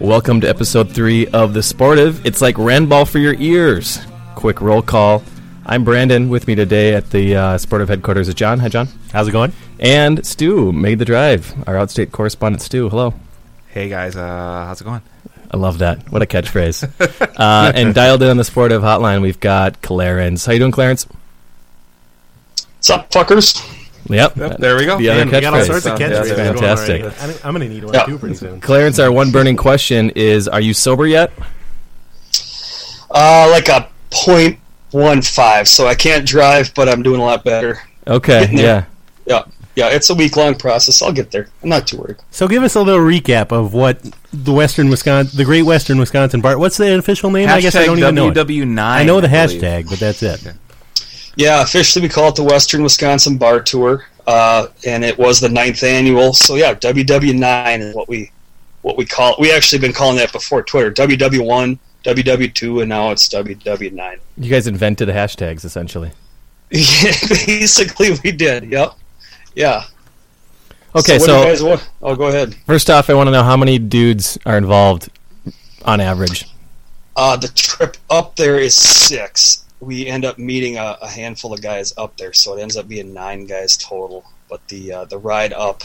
Welcome to episode three of The Sportive. It's like Randball for your ears. Quick roll call. I'm Brandon. With me today at the uh, Sportive headquarters is John. Hi, John. How's it going? And Stu made the drive. Our outstate correspondent, Stu. Hello. Hey guys, uh, how's it going? I love that. What a catchphrase. uh, and dialed in on the Sportive hotline, we've got Clarence. How you doing, Clarence? What's up, fuckers? Yep. Yep, there we go. The other Man, we got all catchphrase. sorts of Yeah, catchphrases that's going fantastic. already. I'm, I'm going to need one Yeah. too pretty soon. Clarence, our one burning question is: Are you sober yet? Uh, like a point one five. So I can't drive, but I'm doing a lot better. Okay. Getting Yeah. there. Yeah, yeah. It's a week long process. I'll get there. I'm not too worried. So give us a little recap of what the Western Wisconsin, the Great Western Wisconsin Bar. What's the official name? I guess I Hashtag don't even know. it. WW9. I know the believe. hashtag, but that's it. Yeah, officially we call it the Western Wisconsin Bar Tour, uh, and it was the ninth annual. So yeah, WW9 is what we what we call it. We actually been calling that before Twitter. WW1, WW2, and now it's WW9. You guys invented hashtags, essentially. Yeah, basically we did. Yep. Yeah. Okay. what do So, you guys want? oh, go ahead. first off, I want to know how many dudes are involved on average. Uh, the trip up there is six. We end up meeting a, a handful of guys up there, so it ends up being nine guys total. But the uh, the ride up,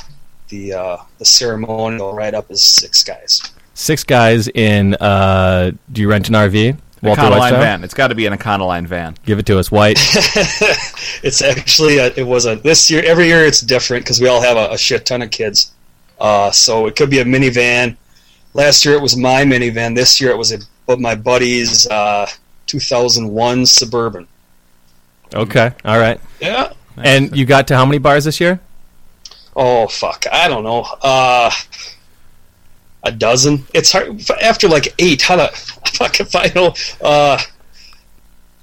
the uh, the ceremonial ride up is six guys. Six guys in. Uh, do you rent an RV? Econoline Lifestyle? van. It's got to be an Econoline van. Give it to us, White. It's actually a, it was a this year. Every year it's different because we all have a, a shit ton of kids. Uh, so it could be a minivan. Last year it was my minivan. This year it was a, but my buddy's uh, 2001 Suburban. okay. All right. Yeah. And you got to how many bars this year? Oh fuck, I don't know. Uh, a dozen. It's hard f- after like eight. How to fuck if I know? Uh,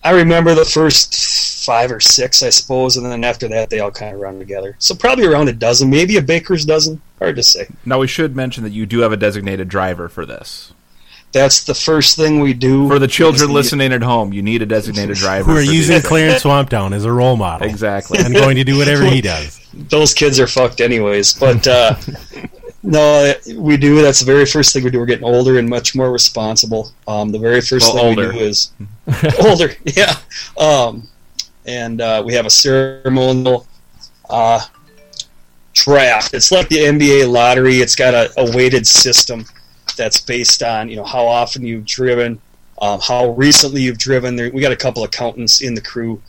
I remember the first five or six, I suppose, and then after that they all kind of run together. So probably around a dozen, maybe a baker's dozen. Hard to say. Now we should mention that you do have a designated driver for this. That's the first thing we do For the children Is listening at home, you need a designated driver. We're for using these. Clarence Swampdown as a role model. Exactly. I'm going to do whatever he does. those kids are fucked anyways. But uh, no, we do. That's the very first thing we do. We're getting older and much more responsible. Um, the very first Well, thing older. we do is older, yeah. Um, and uh, we have a ceremonial uh, draft. It's like the NBA lottery. It's got a, a weighted system that's based on you know how often you've driven, um, how recently you've driven. There, we got a couple accountants in the crew.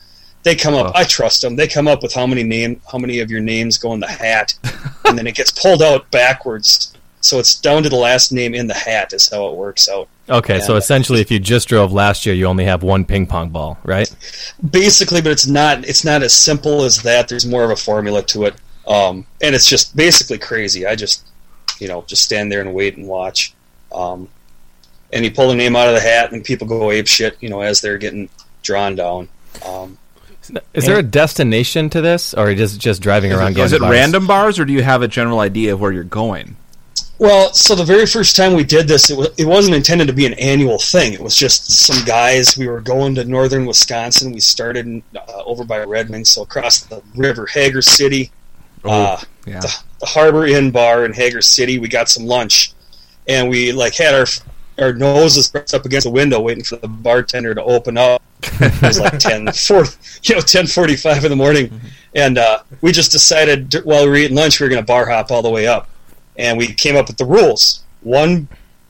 They come up. I trust them. They come up with how many name, how many of your names go in the hat, and then it gets pulled out backwards. So it's down to the last name in the hat is how it works out. Okay. So Yeah. essentially, if you just drove last year, you only have one ping pong ball, right? basically but it's not it's not as simple as that there's more of a formula to it um, and it's just basically crazy i just you know just stand there and wait and watch um, and you pull the name out of the hat and people go ape shit you know as they're getting drawn down um, Is there a destination to this, or is it just driving around? going Is to it bars? random bars, or do you have a general idea of where you're going? well so the very first time we did this it, was, it wasn't intended to be an annual thing it was just some guys we were going to northern wisconsin we started in, uh, over by redmond so across the river hager city uh, Yeah. the Harbor Inn Bar in Hager City. We got some lunch, and we like had our our noses pressed up against the window, waiting for the bartender to open up. It was like 10, four, you know, ten forty-five in the morning, Mm-hmm. and uh, we just decided dur- while we were eating lunch, we were going to bar hop all the way up, and we came up with the rules: one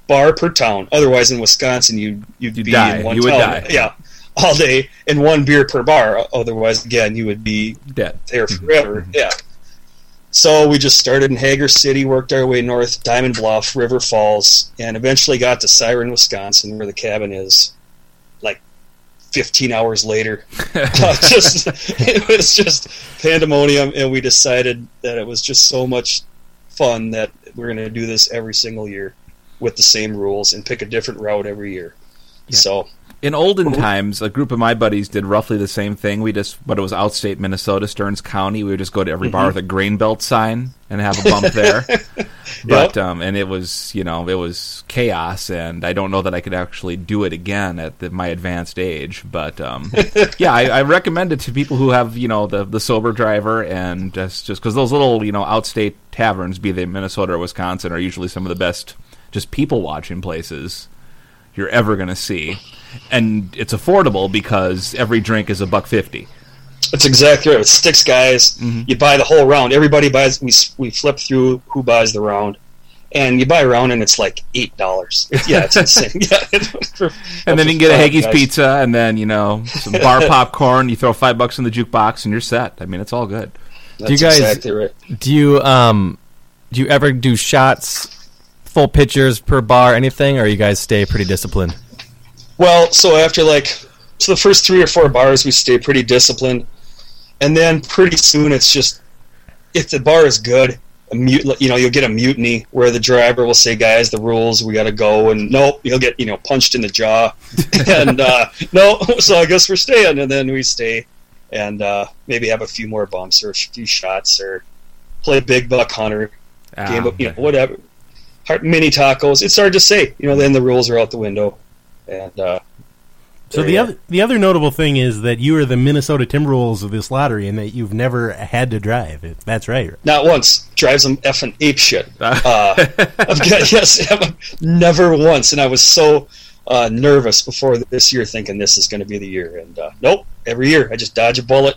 bar per town. Otherwise, in Wisconsin, you you'd, You'd be die. in one You would town. die. Yeah, all day, and one beer per bar. Otherwise, again, you would be Dead. there forever. Yeah. So we just started in Hager City, worked our way north, Diamond Bluff, River Falls, and eventually got to Siren, Wisconsin, where the cabin is. Like 15 hours later, Uh, just it was just pandemonium, and we decided that it was just so much fun that we're going to do this every single year with the same rules and pick a different route every year. So In olden times, a group of my buddies did roughly the same thing. We just, but it was outstate Minnesota, Stearns County. We would just go to every bar with a grain belt sign and have a bump there. But um, and it was, you know, it was chaos, and I don't know that I could actually do it again at the, my advanced age. But um, yeah, I, I recommend it to people who have, you know, the the sober driver, and just just because those little, you know, outstate taverns, be they Minnesota or Wisconsin, are usually some of the best just people watching places you're ever going to see, and it's affordable because every drink is a buck fifty. That's exactly right. It's six guys. You buy the whole round. Everybody buys. We we flip through who buys the round, and you buy a round, and it's like eight dollars. Yeah, it's insane. yeah, it's for- And then you can get a for five Haggis guys. pizza, and then you know some bar popcorn. You throw five bucks in the jukebox, and you're set. I mean, it's all good. That's you guys- exactly right. Do you um do you ever do shots, full pitchers per bar, anything, or you guys stay pretty disciplined? Well, so after like so the first three or four bars we stay pretty disciplined. And then pretty soon it's just if the bar is good, a mut- you know, you'll get a mutiny where the driver will say, "Guys, the rules, we got to go." And nope, you'll get, you know, punched in the jaw. and uh, no, so I guess we're staying and then we stay and uh, maybe have a few more bumps or a few shots or play big buck hunter game of, you know, whatever. Heart- Mini tacos. It's hard to say. You know, then the rules are out the window. And uh, So There the you other the other notable thing is that you are the Minnesota Timberwolves of this lottery, and that you've never had to drive. It, that's right. Not once. Drives them effing ape shit. Uh, I've got yes, never once. And I was so uh, nervous before this year, thinking this is going to be the year. And uh, nope, every year I just dodge a bullet.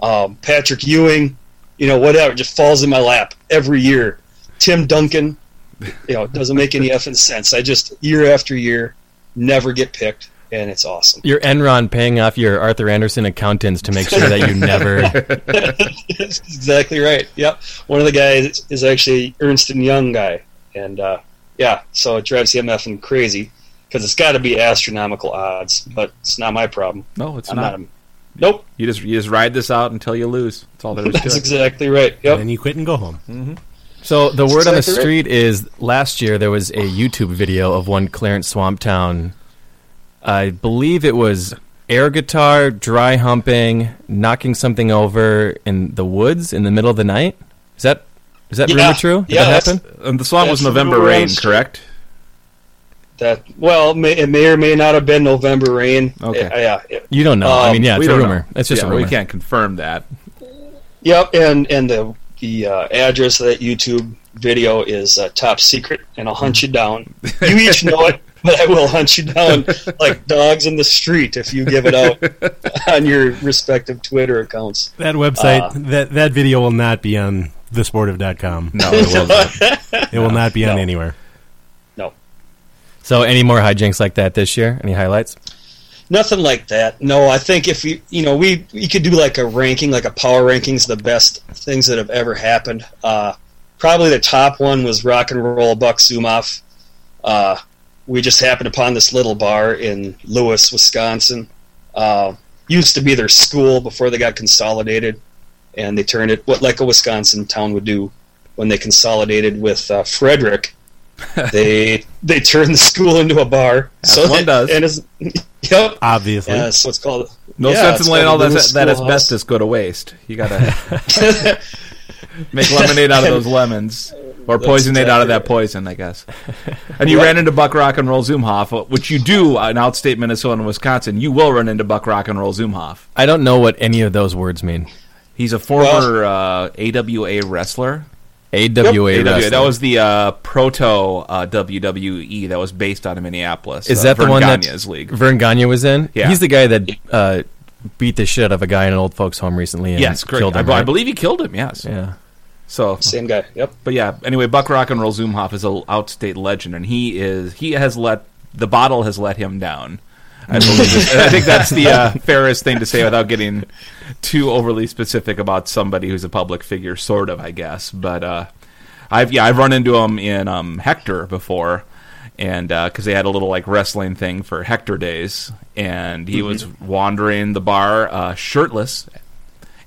Um, Patrick Ewing, you know, whatever, just falls in my lap every year. Tim Duncan, you know, it doesn't make any effing sense. I just year after year never get picked, and it's awesome. Your Enron paying off your Arthur Anderson accountants to make sure that you never. That's exactly right. Yep. One of the guys is actually Ernst and Young guy, and uh, yeah, so it drives him effing crazy because it's got to be astronomical odds, but it's not my problem. No, it's I'm not. not. a, nope. You just you just ride this out until you lose. That's all there is to That's it. exactly right. And Yep. then you quit and go home. So the word on the Exactly right. street is last year there was a YouTube video of one Clarence Swamptown. I believe it was air guitar, dry humping, knocking something over in the woods in the middle of the night. Is that is that Yeah. really true? Did Yeah, that that's- happen? And the song was That's November November Rain, Rain. correct? That well, may, it may or may not have been November rain. Okay. Uh, yeah. It- You don't know. I Um, mean, yeah, it's we a don't rumor. know. It's just Yeah, a rumor. We can't confirm that. Yep. And and the the uh, address of that YouTube video is uh, top secret, and I'll hunt you down. You each know it. But I will hunt you down like dogs in the street if you give it out on your respective Twitter accounts. That website, Uh, that that video will not be on thesportive.com. No, it wasn't. It will not be on No. anywhere. No, So, any more hijinks like that this year? Any highlights? nothing like that. No, I think if you you know we we could do like a ranking, like a power rankings, the best things that have ever happened. Uh, probably the top one was rock and roll Buck Zumoff. Uh, we just happened upon this little bar in Lewis, Wisconsin. Uh, used to be their school before they got consolidated, and they turned it what like a Wisconsin town would do when they consolidated with uh, Frederick. they they turned the school into a bar. As one that- does. And it's, yep. Obviously, Yeah, that's what's called. No yeah, sense it's in letting all called that Lewis that Schoolhouse. asbestos go to waste. You gotta make lemonade out of those lemons, or poisonade out of exactly that right. poison, I guess. And you ran into Buck Rock and Roll Zumhoff, which you do in outstate Minnesota and Wisconsin. You will run into Buck Rock and Roll Zumhoff. I don't know what any of those words mean. He's a former uh, AWA wrestler. AWA. AWA. wrestling. That was the uh, proto uh, WWE that was based out of Minneapolis. Is uh, that the Vern one that Gagne's league? Vern Gagne was in? Yeah. He's the guy that uh, beat the shit out of a guy in an old folks' home recently. And yes, correct. Killed him, I, I right? believe he killed him. Yes. Yeah. So Same guy. Yep. But yeah, anyway, Buck Rock and Roll Zoomhoff is an outstate legend, and he is he has let the bottle has let him down. I believe, and I think that's the uh, fairest thing to say without getting too overly specific about somebody who's a public figure, sort of, I guess. But uh, I've yeah, I've run into him in um, Hector before, and because they had a little like wrestling thing for Hector days, and he was wandering the bar uh, shirtless,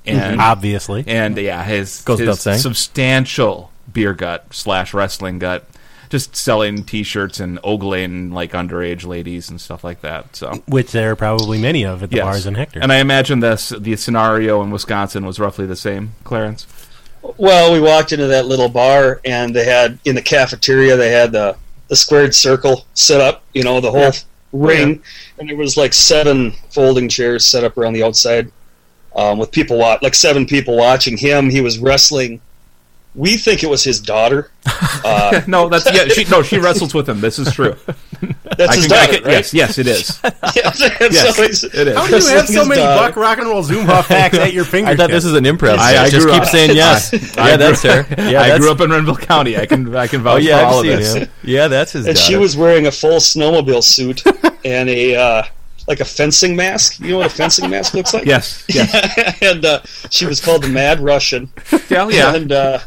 Mm-hmm. and Ah, Obviously. and yeah, his, Goes without his saying. substantial beer gut slash wrestling gut, just selling T-shirts and ogling like underage ladies and stuff like that. So Which there are probably many of at the yes. bars in Hector. And I imagine this the scenario in Wisconsin was roughly the same, Clarence. Well, we walked into that little bar, and they had in the cafeteria they had the the squared circle set up. You know, the whole ring, and there was like seven folding chairs set up around the outside um, with people wa- like seven people watching him. He was wrestling. We think it was his daughter. Uh, No, that's yeah. She, no, she wrestles with him. This is true. that's his daughter, right? Yes, yes, it is. Yeah, Yes, so he's- it is. How do you have so his many daughter. Buck Rock and Roll Zoom Hop hacks at your I fingertips? thought this was an uh, improv. I- I, I just grew keep up- saying yes. I yeah, grew- that's her. Yeah, I that's, grew up in Renville County. I can I can vouch Oh yeah, for all of I've seen this. him. Yeah, that's his. and she daughter. was wearing a full snowmobile suit and a uh, like a fencing mask. You know what a fencing mask looks like? Yes, yes. and uh, she was called the Mad Russian. Hell yeah. and uh,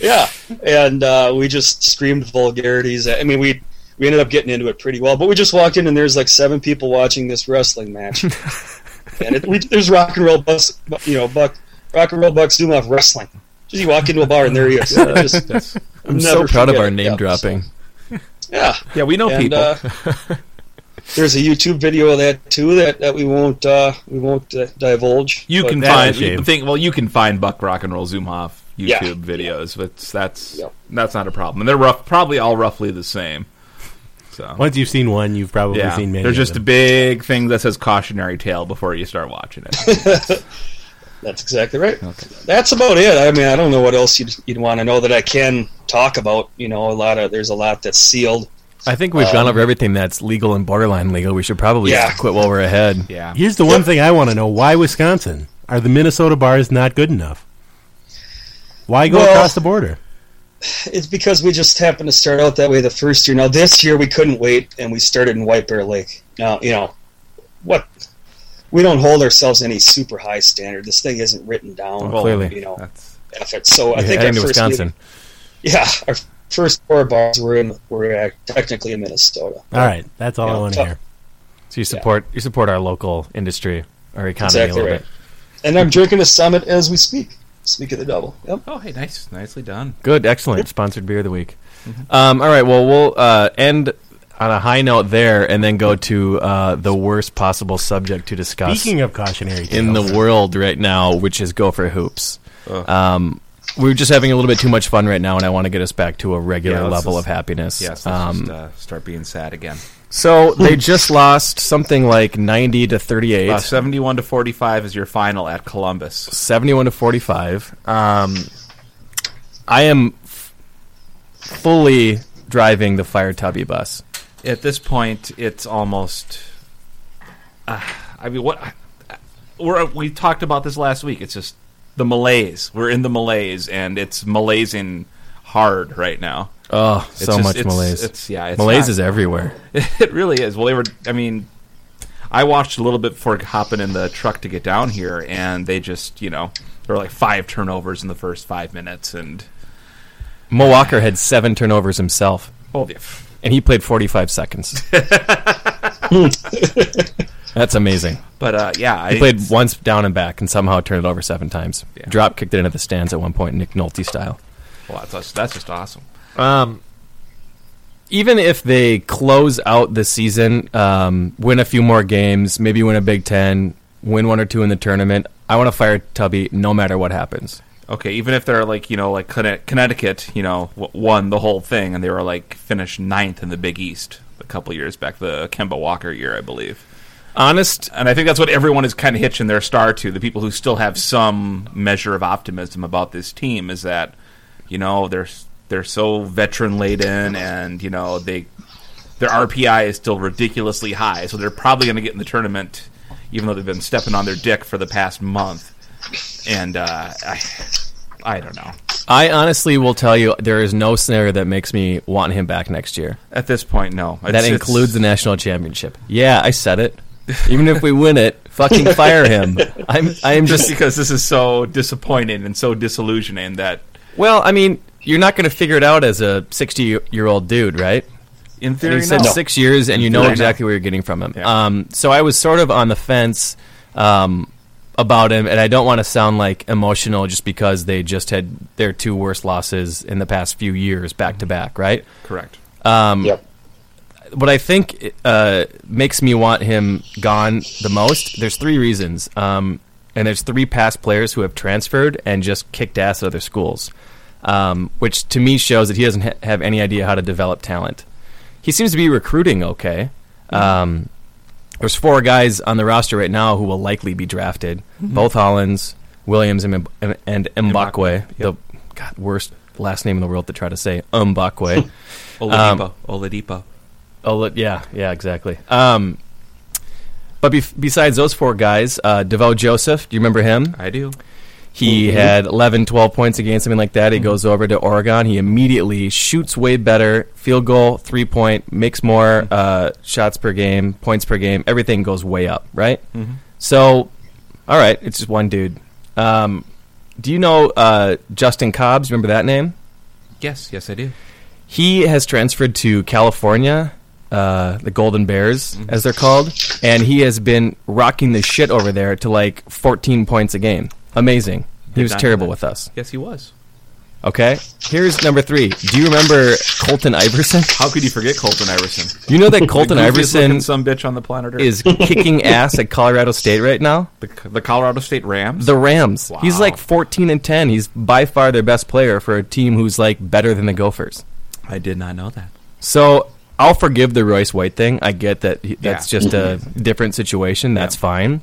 yeah, and uh, we just screamed vulgarities. I mean, we we ended up getting into it pretty well, but we just walked in and there's like seven people watching this wrestling match, and it, we, there's rock and roll bus, you know, buck rock and roll bucks doing off wrestling. Just you walk into a bar and there he is. It just- I'm so never proud of forget our it. name Yeah, so- dropping. yeah, Yeah, we know and people. uh, there's a YouTube video of that too that, that we won't uh, we won't uh, divulge. You but can that- find a shame. think well you can find Buck Rock and Roll Zoomhoff YouTube Yeah. videos, but it's- that's Yeah. that's not a problem. And they're rough, probably all roughly the same. So Once you've seen one, you've probably yeah, seen many. there's of just a them. big thing that says cautionary tale before you start watching it. That's exactly right. That's about it. I mean, I don't know what else you'd, you'd want to know that I can talk about. You know, a lot of there's a lot that's sealed. I think we've gone over everything that's legal and borderline legal. We should probably Um, Yeah. quit while we're ahead. yeah, Here's the one thing I want to know: Why Wisconsin? Are the Minnesota bars not good enough? Why go Well- across the border? It's because we just happened to start out that way the first year. Now this year we couldn't wait and we started in White Bear Lake. Now you know what we don't hold ourselves any super high standard. This thing isn't written down. Well, clearly. you know, that's effort. So I Yeah, think our heading to first Wisconsin. yeah, our first four bars were in were uh, technically in Minnesota. uh, All right, that's all I Yeah, want to tough. hear. So you support you support our local industry, our economy a Exactly little right. bit. And I'm drinking a summit as we speak. Speak of the double. Yep. oh hey, nice, nicely done. Good, excellent. Sponsored beer of the week. Um, all right, well, we'll uh, end on a high note there, and then go to uh, the worst possible subject to discuss Speaking of cautionary tales, in the world right now, which is go for hoops. Um, we're just having a little bit too much fun right now, and I want to get us back to a regular Yeah, let's level just- of happiness. Yes, let's Um, just uh, start being sad again. so they just lost something like ninety to thirty-eight. Uh, Seventy-one to forty-five is your final at Columbus. 71 to 45. Um, I am f- fully driving the Fire Tubby bus. At this point, it's almost. Uh, I mean, what we're, we talked about this last week. It's just the malaise. We're in the malaise, and it's malaising hard right now. Oh, so just- much it's- malaise. it's- yeah, it's malaise not- is everywhere. It really is. Well, they were. I mean, I watched a little bit before hopping in the truck to get down here, and they just, you know, there were like five turnovers in the first five minutes, and Mo Walker had seven turnovers himself, oh, the f- and he played 45 seconds. That's amazing. but uh, yeah, I He played once down and back and somehow turned it over seven times. Drop kicked it into the stands at one point, Nick Nolte style. Well, that's, that's just awesome. even if they close out the season, um, win a few more games, maybe win a Big Ten, win one or two in the tournament, I want to fire Tubby no matter what happens. Okay, even if they're like you know like Conne- Connecticut, you know, w- won the whole thing, and they were like finished ninth in the Big East a couple years back, the Kemba Walker year, I believe. Honest, And I think that's what everyone is kind of hitching their star to. The people who still have some measure of optimism about this team is that you know they're they're so veteran laden, and you know they their RPI is still ridiculously high, so they're probably going to get in the tournament, even though they've been stepping on their dick for the past month. And uh, I, I don't know. I honestly will tell you there is no scenario that makes me want him back next year. At this point, no. that includes the national championship. Yeah, I said it. Even if we win it, fucking fire him. I'm I am just just because this is so disappointing and so disillusioning that well, I mean, you're not going to figure it out as a 60-year-old dude, right? in And theory, he said no. six years, and you know Fair exactly what you're getting from him. Yeah. Um, so I was sort of on the fence um, about him, and I don't want to sound like emotional just because they just had their two worst losses in the past few years back to back, right? correct. Um, yep. what I think uh, makes me want him gone the most. There's three reasons, um, and there's three past players who have transferred and just kicked ass at other schools, um, which to me shows that he doesn't ha- have any idea how to develop talent. He seems to be recruiting okay. Um, there's four guys on the roster right now who will likely be drafted. Both Hollins, Williams, and, Mb- and Mbakwe. The God, worst last name in the world to try to say Mbakwe. Oladipo, Oladipo. Oh, li- yeah, yeah, exactly. Um, but bef besides those four guys, uh, Devo Joseph, do you remember him? I do. He had 11, 12 points a game, something like that. He goes over to Oregon. He immediately shoots way better, field goal, three point, makes more uh, shots per game, points per game. Everything goes way up, right? So, all right, it's just one dude. Um, do you know uh, Justin Cobbs? Remember that name? Yes, yes, I do. he has transferred to California, uh, the Golden Bears, as they're called, and he has been rocking the shit over there to like 14 points a game. Amazing. He was not terrible know with us. Yes, he was. Okay. Here's number three. Do you remember Colton Iverson? How could you forget Colton Iverson? You know that Colton Iverson some bitch on the planet Earth. is kicking ass at Colorado State right now? the, the Colorado State Rams? The Rams. He's Wow. like 14 and 10. He's by far their best player for a team who's like better than the Gophers. I did not know that. So I'll forgive the Royce White thing. I get that he, that's Yeah. just a different situation. That's fine.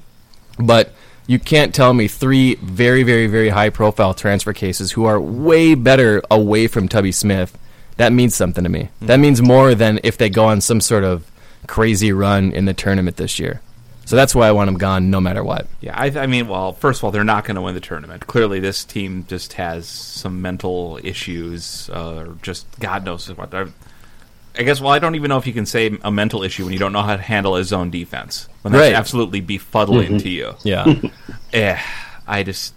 But you can't tell me three very, very, very high profile transfer cases who are way better away from Tubby Smith. That means something to me. That means more than if they go on some sort of crazy run in the tournament this year. So that's why I want him gone no matter what. Yeah, I, I mean, well, first of all, they're not going to win the tournament. Clearly, this team just has some mental issues, uh, or just God knows what. I, I guess. Well, I don't even know if you can say a mental issue when you don't know how to handle a zone defense. When that's Right. Mm-hmm. absolutely befuddling to you. Yeah. Eh, I just,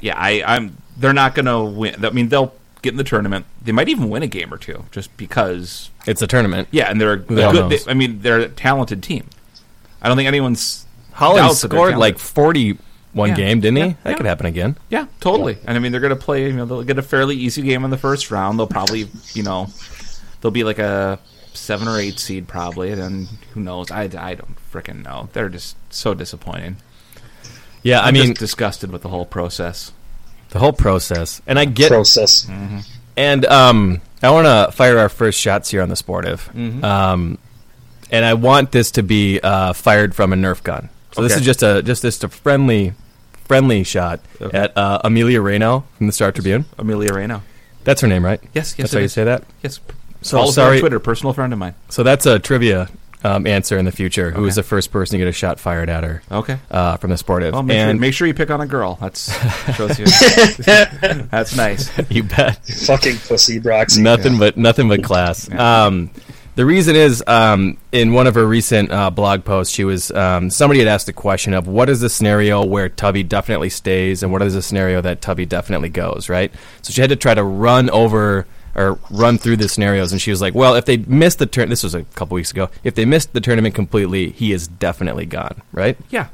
yeah, I, I'm. They're not going to win. I mean, they'll get in the tournament. They might even win a game or two, just because it's a tournament. Yeah, and they're a the hell good. knows? They, I mean, they're a talented team. I don't think anyone's Holland doubts that they're scored like talented. 40 one Yeah. game, didn't he? Yeah. That Yeah. could happen again. yeah, totally. And I mean, they're going to play. You know, they'll get a fairly easy game in the first round. They'll probably, you know, they'll be like a seven or eight seed probably. And then who knows? I, I don't freaking know. They're just so disappointing. Yeah, I I'm mean, just disgusted with the whole process. the whole process. And I get Process. Mm. And um, I want to fire our first shots here on the sportive. Mm-hmm. Um, and I want this to be uh, fired from a Nerf gun. So this Okay. is just a just just a friendly friendly shot at uh, Amelia Reno from the Star Tribune. Amelia Reno. That's her name, right? Yes, yes, That's it how you is. say that. Yes. So, So Follows her on sorry- Twitter, personal friend of mine. So that's a trivia um, answer in the future. Who is Okay. the first person to get a shot fired at her? Okay. Uh, from the sportive. Well, make, and sure, make sure you pick on a girl. That's shows you. That's nice. you bet. Fucking pussy, Broxy. nothing but nothing but class. Um, the reason is um, in one of her recent uh, blog posts, she was um, somebody had asked the question of what is the scenario where Tubby definitely stays and what is the scenario that Tubby definitely goes. Right, so she had to try to run over or run through the scenarios, and she was like, "Well, if they miss the turn, this was a couple weeks ago. If they missed the tournament completely, he is definitely gone." Right. Yeah,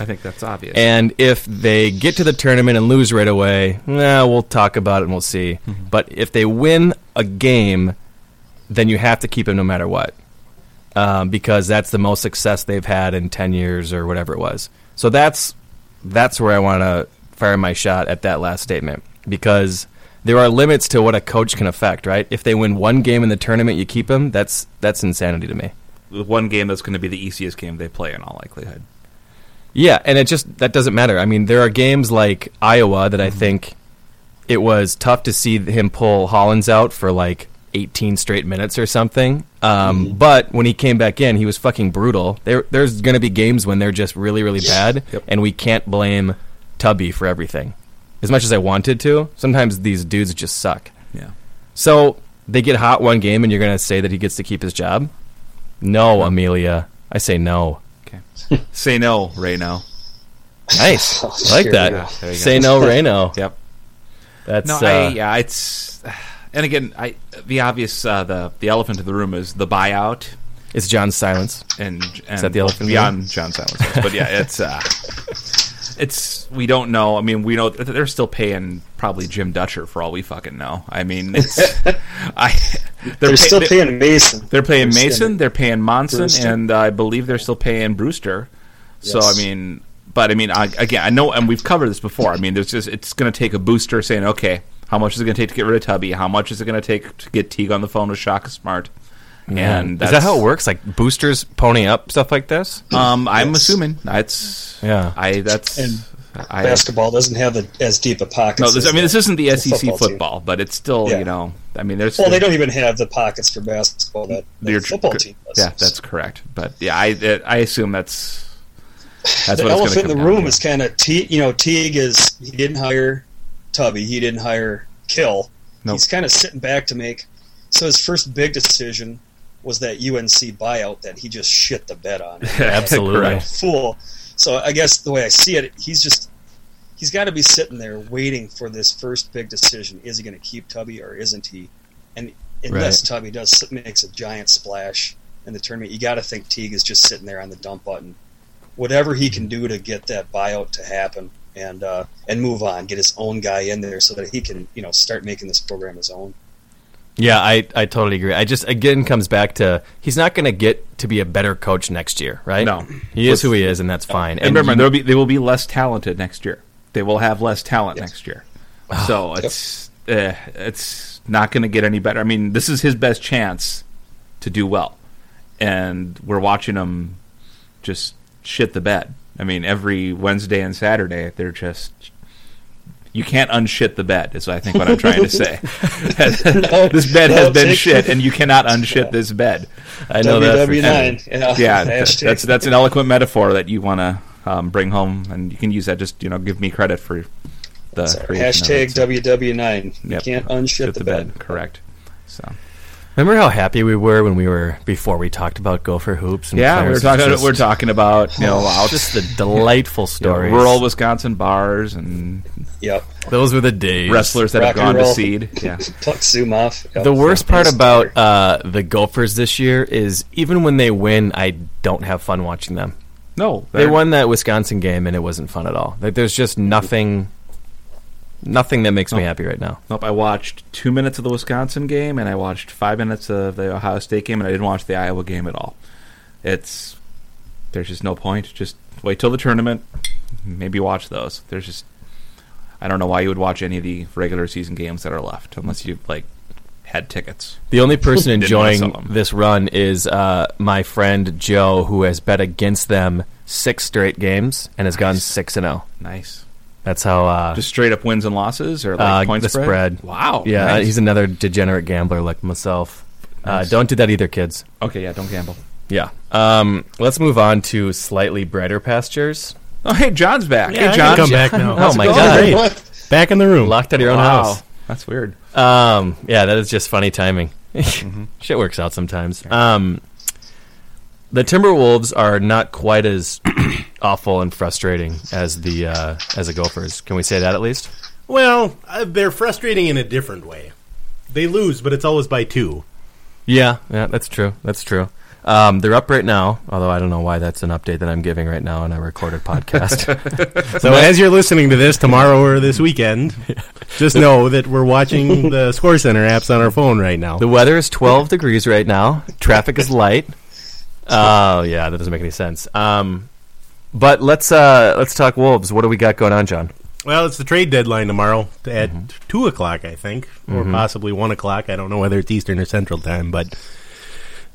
I think that's obvious. And if they get to the tournament and lose right away, nah, we'll talk about it and we'll see. But if they win a game, then you have to keep him no matter what, um, because that's the most success they've had in ten years or whatever it was. So that's that's where I want to fire my shot at that last statement because there are limits to what a coach can affect. Right? If they win one game in the tournament, you keep him. That's that's insanity to me. the one game that's going to be the easiest game they play in all likelihood. Yeah, and it just that doesn't matter. I mean, there are games like Iowa that I think it was tough to see him pull Hollins out for like 18 straight minutes or something. Um, But when he came back in, he was fucking brutal. There, there's going to be games when they're just really, really bad, and we can't blame Tubby for everything. As much as I wanted to, sometimes these dudes just suck. Yeah. So they get hot one game, and you're going to say that he gets to keep his job? No, Amelia. I say no. Say no right now. Nice. I like Here we that. go. Oh, There you go. Say no, Reno. Yep. That's No, uh, I, yeah, it's and again, I the obvious uh, the the elephant in the room is the buyout it's John's silence. and, and that the elephant in the beyond room? John Silence, but yeah, it's uh, it's we don't know. I mean, we know that they're still paying probably Jim Dutcher for all we fucking know. I mean, it's, I they're, They're pay- still they- paying Mason. They're paying Brewster. Mason. They're paying Monson, Brewster. and uh, I believe they're still paying Brewster. So I Yes. mean, but I mean, I, again, I know, and we've covered this before. I mean, there's just it's going to take a booster saying, okay, how much is it going to take to get rid of Tubby? How much is it going to take to get Teague on the phone with Shaka Smart? And is that that's- how it works? Like boosters pony up stuff like this? Um, I'm Yes. assuming that's Yeah. I that's And I, Basketball doesn't have the, as deep a pocket. no. This, I mean, this isn't the SEC football, football team. but it's still Yeah. you know. I mean, there's Well, they don't even have the pockets for basketball that the You're- football team does. Yeah, that's correct. But yeah, I it, I assume that's that's the what it's gonna elephant in come the down room to. is kind of Te- you know Teague is he didn't hire Tubby, he didn't hire Kill. Nope. He's kind of sitting back to make. So his first big decision was that UNC buyout that he just shit the bed on. Absolutely. Correct. Fool. So I guess the way I see it, he's just he's got to be sitting there waiting for this first big decision. Is he going to keep Tubby or isn't he? And unless Tubby does makes a giant splash in the tournament, you got to think Teague is just sitting there on the dump button. Whatever he can do to get that buyout to happen and uh, and move on, get his own guy in there so that he can you know start making this program his own. Yeah, I, I totally agree. I just again comes back to he's not going to get to be a better coach next year, right? No. he is who he is, and that's fine. And, remember, there'll be they will be less talented next year. They will have less talent next year. Ah, So it's uh, it's not going to get any better. I mean, this is his best chance to do well, and we're watching him just shit the bed. I mean, every Wednesday and Saturday, they're just you can't unshit the bed. Is I think what I'm trying to say. this bed No, has been take- shit, and you cannot unshit this bed. I know that. For WW9. sure. Yeah, yeah, Hashtag. that's that's an eloquent metaphor that you want to um, bring home, and you can use that. Just you know, give me credit for the Sorry, creation of hashtag it, so- WW9. You Yep. can't unshit Shit the bed. Correct. So Mm, Remember how happy we were when we were before we talked about Gopher hoops? And yeah, we're players? talking. Just- we're talking about you know, out, just the delightful you know, stories. rural Wisconsin bars and Yep. Those were the days. wrestlers that have Rock and gone to roll. seed. Yeah, Pluck Zoom off. Oh, Yep. The worst part Nice. about uh, the Gophers this year is even when they win, I don't have fun watching them. no, They they're- won that Wisconsin game, and it wasn't fun at all. Like, there's just nothing, nothing that makes me Oh. happy right now. Nope, I watched two minutes of the Wisconsin game, and I watched five minutes of the Ohio State game, and I didn't watch the Iowa game at all. It's there's just no point. Just wait till the tournament. Maybe watch those. There's just I don't know why you would watch any of the regular season games that are left unless you like had tickets. The only person Didn't wanna sell enjoying them. this run is uh, my friend Joe, who has bet against them six straight games and has gone six and zero. Nice. That's how. Uh, Just straight up wins and losses or uh, like point the spread. Wow. Yeah, nice. he's another degenerate gambler like myself. Nice. Uh, don't do that either, kids. okay. Yeah, don't gamble. Yeah. Um, let's move on to slightly brighter pastures. Oh, hey, John's back. Yeah, I hey, can John, come back now. Oh my Great. god! Back in the room. Locked out of your own Wow. house. That's weird. Um, yeah, that is just funny timing. Shit works out sometimes. Um, the Timberwolves are not quite as awful and frustrating as the uh, as the Gophers. Can we say that at least? Well, uh, they're frustrating in a different way. They lose, but it's always by two. Yeah, yeah, that's true. That's true. Um, they're up right now, although I don't know why that's an update that I'm giving right now on a recorded podcast. So as you're listening to this tomorrow or this weekend, just know that we're watching the Score Center apps on our phone right now. the weather is 12 degrees right now. Traffic is light. Oh yeah, that doesn't make any sense. Um, but let's uh, let's talk Wolves. What do we got going on, John? Well, it's the trade deadline tomorrow at Mm-hmm. two o'clock, I think, or possibly one o'clock. I don't know whether it's Eastern or Central time, but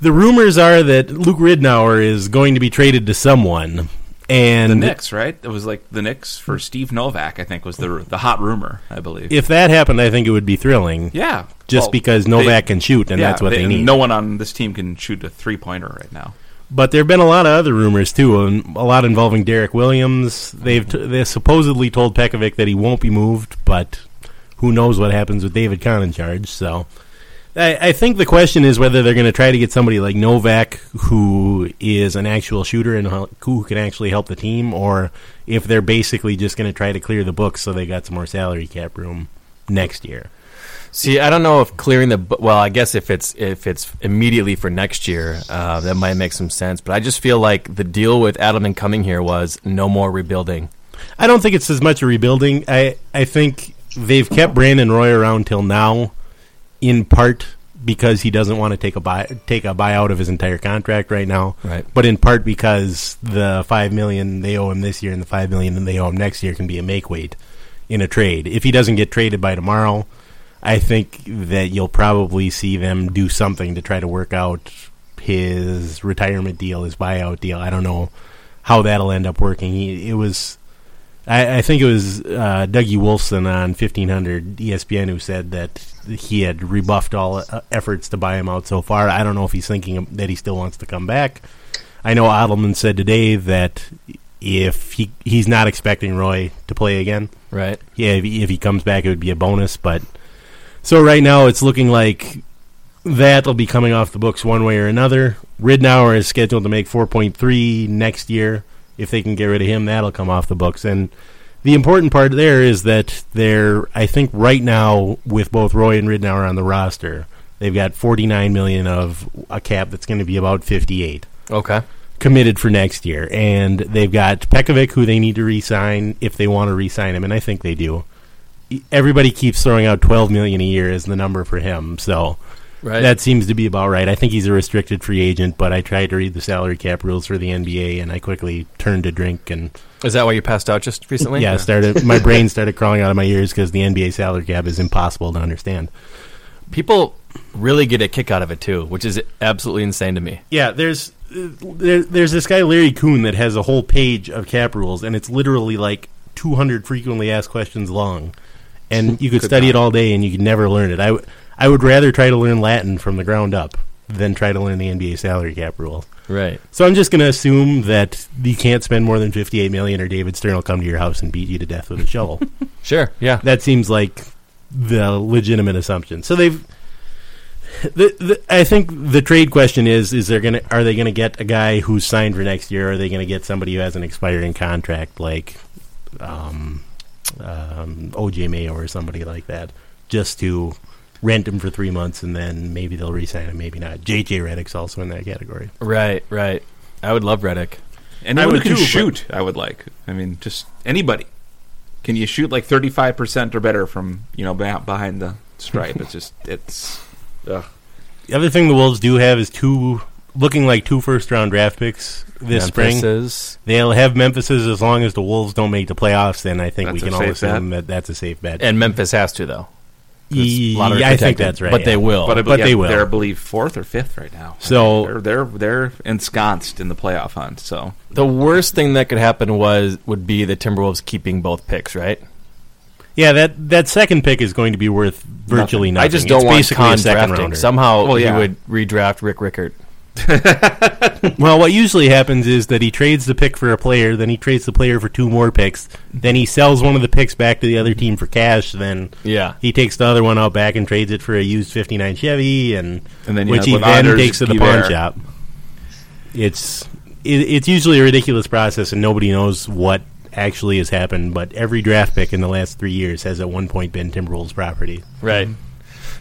the rumors are that Luke Ridnour is going to be traded to someone, And The Knicks, right? It was like the Knicks for Steve Novak. I think was the the hot rumor. I believe. if that happened, I think it would be thrilling. yeah, Just Well, because they- Novak can shoot, and yeah, that's what they, need. No one on this team can shoot a three pointer right now. But there have been a lot of other rumors too, and a lot involving Derek Williams. They've t- they supposedly told Pekovic that he won't be moved, but who knows what happens with David Kahn in charge? So, I, I think the question is whether they're going to try to get somebody like Novak, who is an actual shooter and hel- who can actually help the team, or if they're basically just going to try to clear the books so they got some more salary cap room next year. See, I don't know if clearing the bu- well. I guess if it's if it's immediately for next year, uh, that might make some sense. But I just feel like the deal with Adelman coming here was no more rebuilding. I don't think it's as much a rebuilding. I I think they've kept Brandon Roy around till now, in part because he doesn't want to take a buy take a buyout of his entire contract right now. Right. But in part because the five million they owe him this year and the five million they owe him next year can be a make weight in a trade. If he doesn't get traded by tomorrow, I think that you'll probably see them do something to try to work out his retirement deal, his buyout deal. I don't know how that'll end up working. He, it was I, I think it was uh, Dougie Wolfson on E 1500 ESPN who said that he had rebuffed all uh, efforts to buy him out so far. I don't know if he's thinking that he still wants to come back. I know Adelman said today that if he he's not expecting Roy to play again. Right. Yeah, if he, if he comes back, it would be a bonus. But so right now, it's looking like that'll be coming off the books one way or another. Ridnour is scheduled to make 4.3 next year. If they can get rid of him, that'll come off the books. And the important part there is that they're, I think, right now with both Roy and Ridnour on the roster, they've got 49 million of a cap that's going to be about 58 Okay. committed for next year, and they've got Pekovic, who they need to re-sign if they want to re-sign him, and I think they do. E- Everybody keeps throwing out twelve million a year as the number for him, so Right. that seems to be about right. I think he's a restricted free agent, but I tried to read the salary cap rules for the NBA, and I quickly turned to drink and Is that why you passed out just recently? yeah, started my brain started crawling out of my ears because the NBA salary cap is impossible to understand. People really get a kick out of it too, which is absolutely insane to me. Yeah, there's uh, there, there's this guy Larry Kuhn that has a whole page of cap rules, and it's literally like 200 frequently asked questions long, and you could study it all day and you could never learn it. I w- I would rather try to learn Latin from the ground up than try to learn the NBA salary cap rules. Right. So I'm just going to assume that you can't spend more than 58 million, or David Stern will come to your house and beat you to death with a shovel. Sure. Yeah. that seems like the legitimate assumption. So they've. The, the, I think the trade question is: Is they're gonna are they gonna get a guy who's signed for next year? Or are they gonna get somebody who has an expiring contract like um, um, OJ Mayo or somebody like that, just to rent him for three months and then maybe they'll re-sign him, maybe not. JJ Redick's also in that category. Right. Right. I would love Reddick. Anyone would who can too, but- shoot, I would like. I mean, just anybody. Can you shoot like thirty five percent or better from you know beh- behind the stripe? It's just it's. Ugh. The other thing the Wolves do have is two looking like two first round draft picks this spring. Memphis is- They'll have Memphis as long as the Wolves don't make the playoffs. Then I think we That's can a all safe assume that that's a safe bet. and Memphis has to though. Ye- Lottery I think protected, that's right. But they yeah. will. I Oh, but believe- they will. They're I believe fourth or fifth right now. So- they're they're, they're ensconced in the playoff hunt. So the worst thing that could happen was would be the Timberwolves keeping both picks. Right. Yeah, that that second pick is going to be worth virtually nothing. I just don't it's want basically Con a second drafting. rounder. Somehow Well, yeah. he would redraft Rick Rickard. Well, what usually happens is that he trades the pick for a player, then he trades the player for two more picks, then he sells one of the picks back to the other team for cash, then Yeah. he takes the other one out back and trades it for a used '59 Chevy, and, And then you which have he with then Anders takes to the Guevara. pawn shop. It's it, it's usually a ridiculous process, and nobody knows what actually has happened. But every draft pick in the last three years has at one point been Timberwolves property. Right.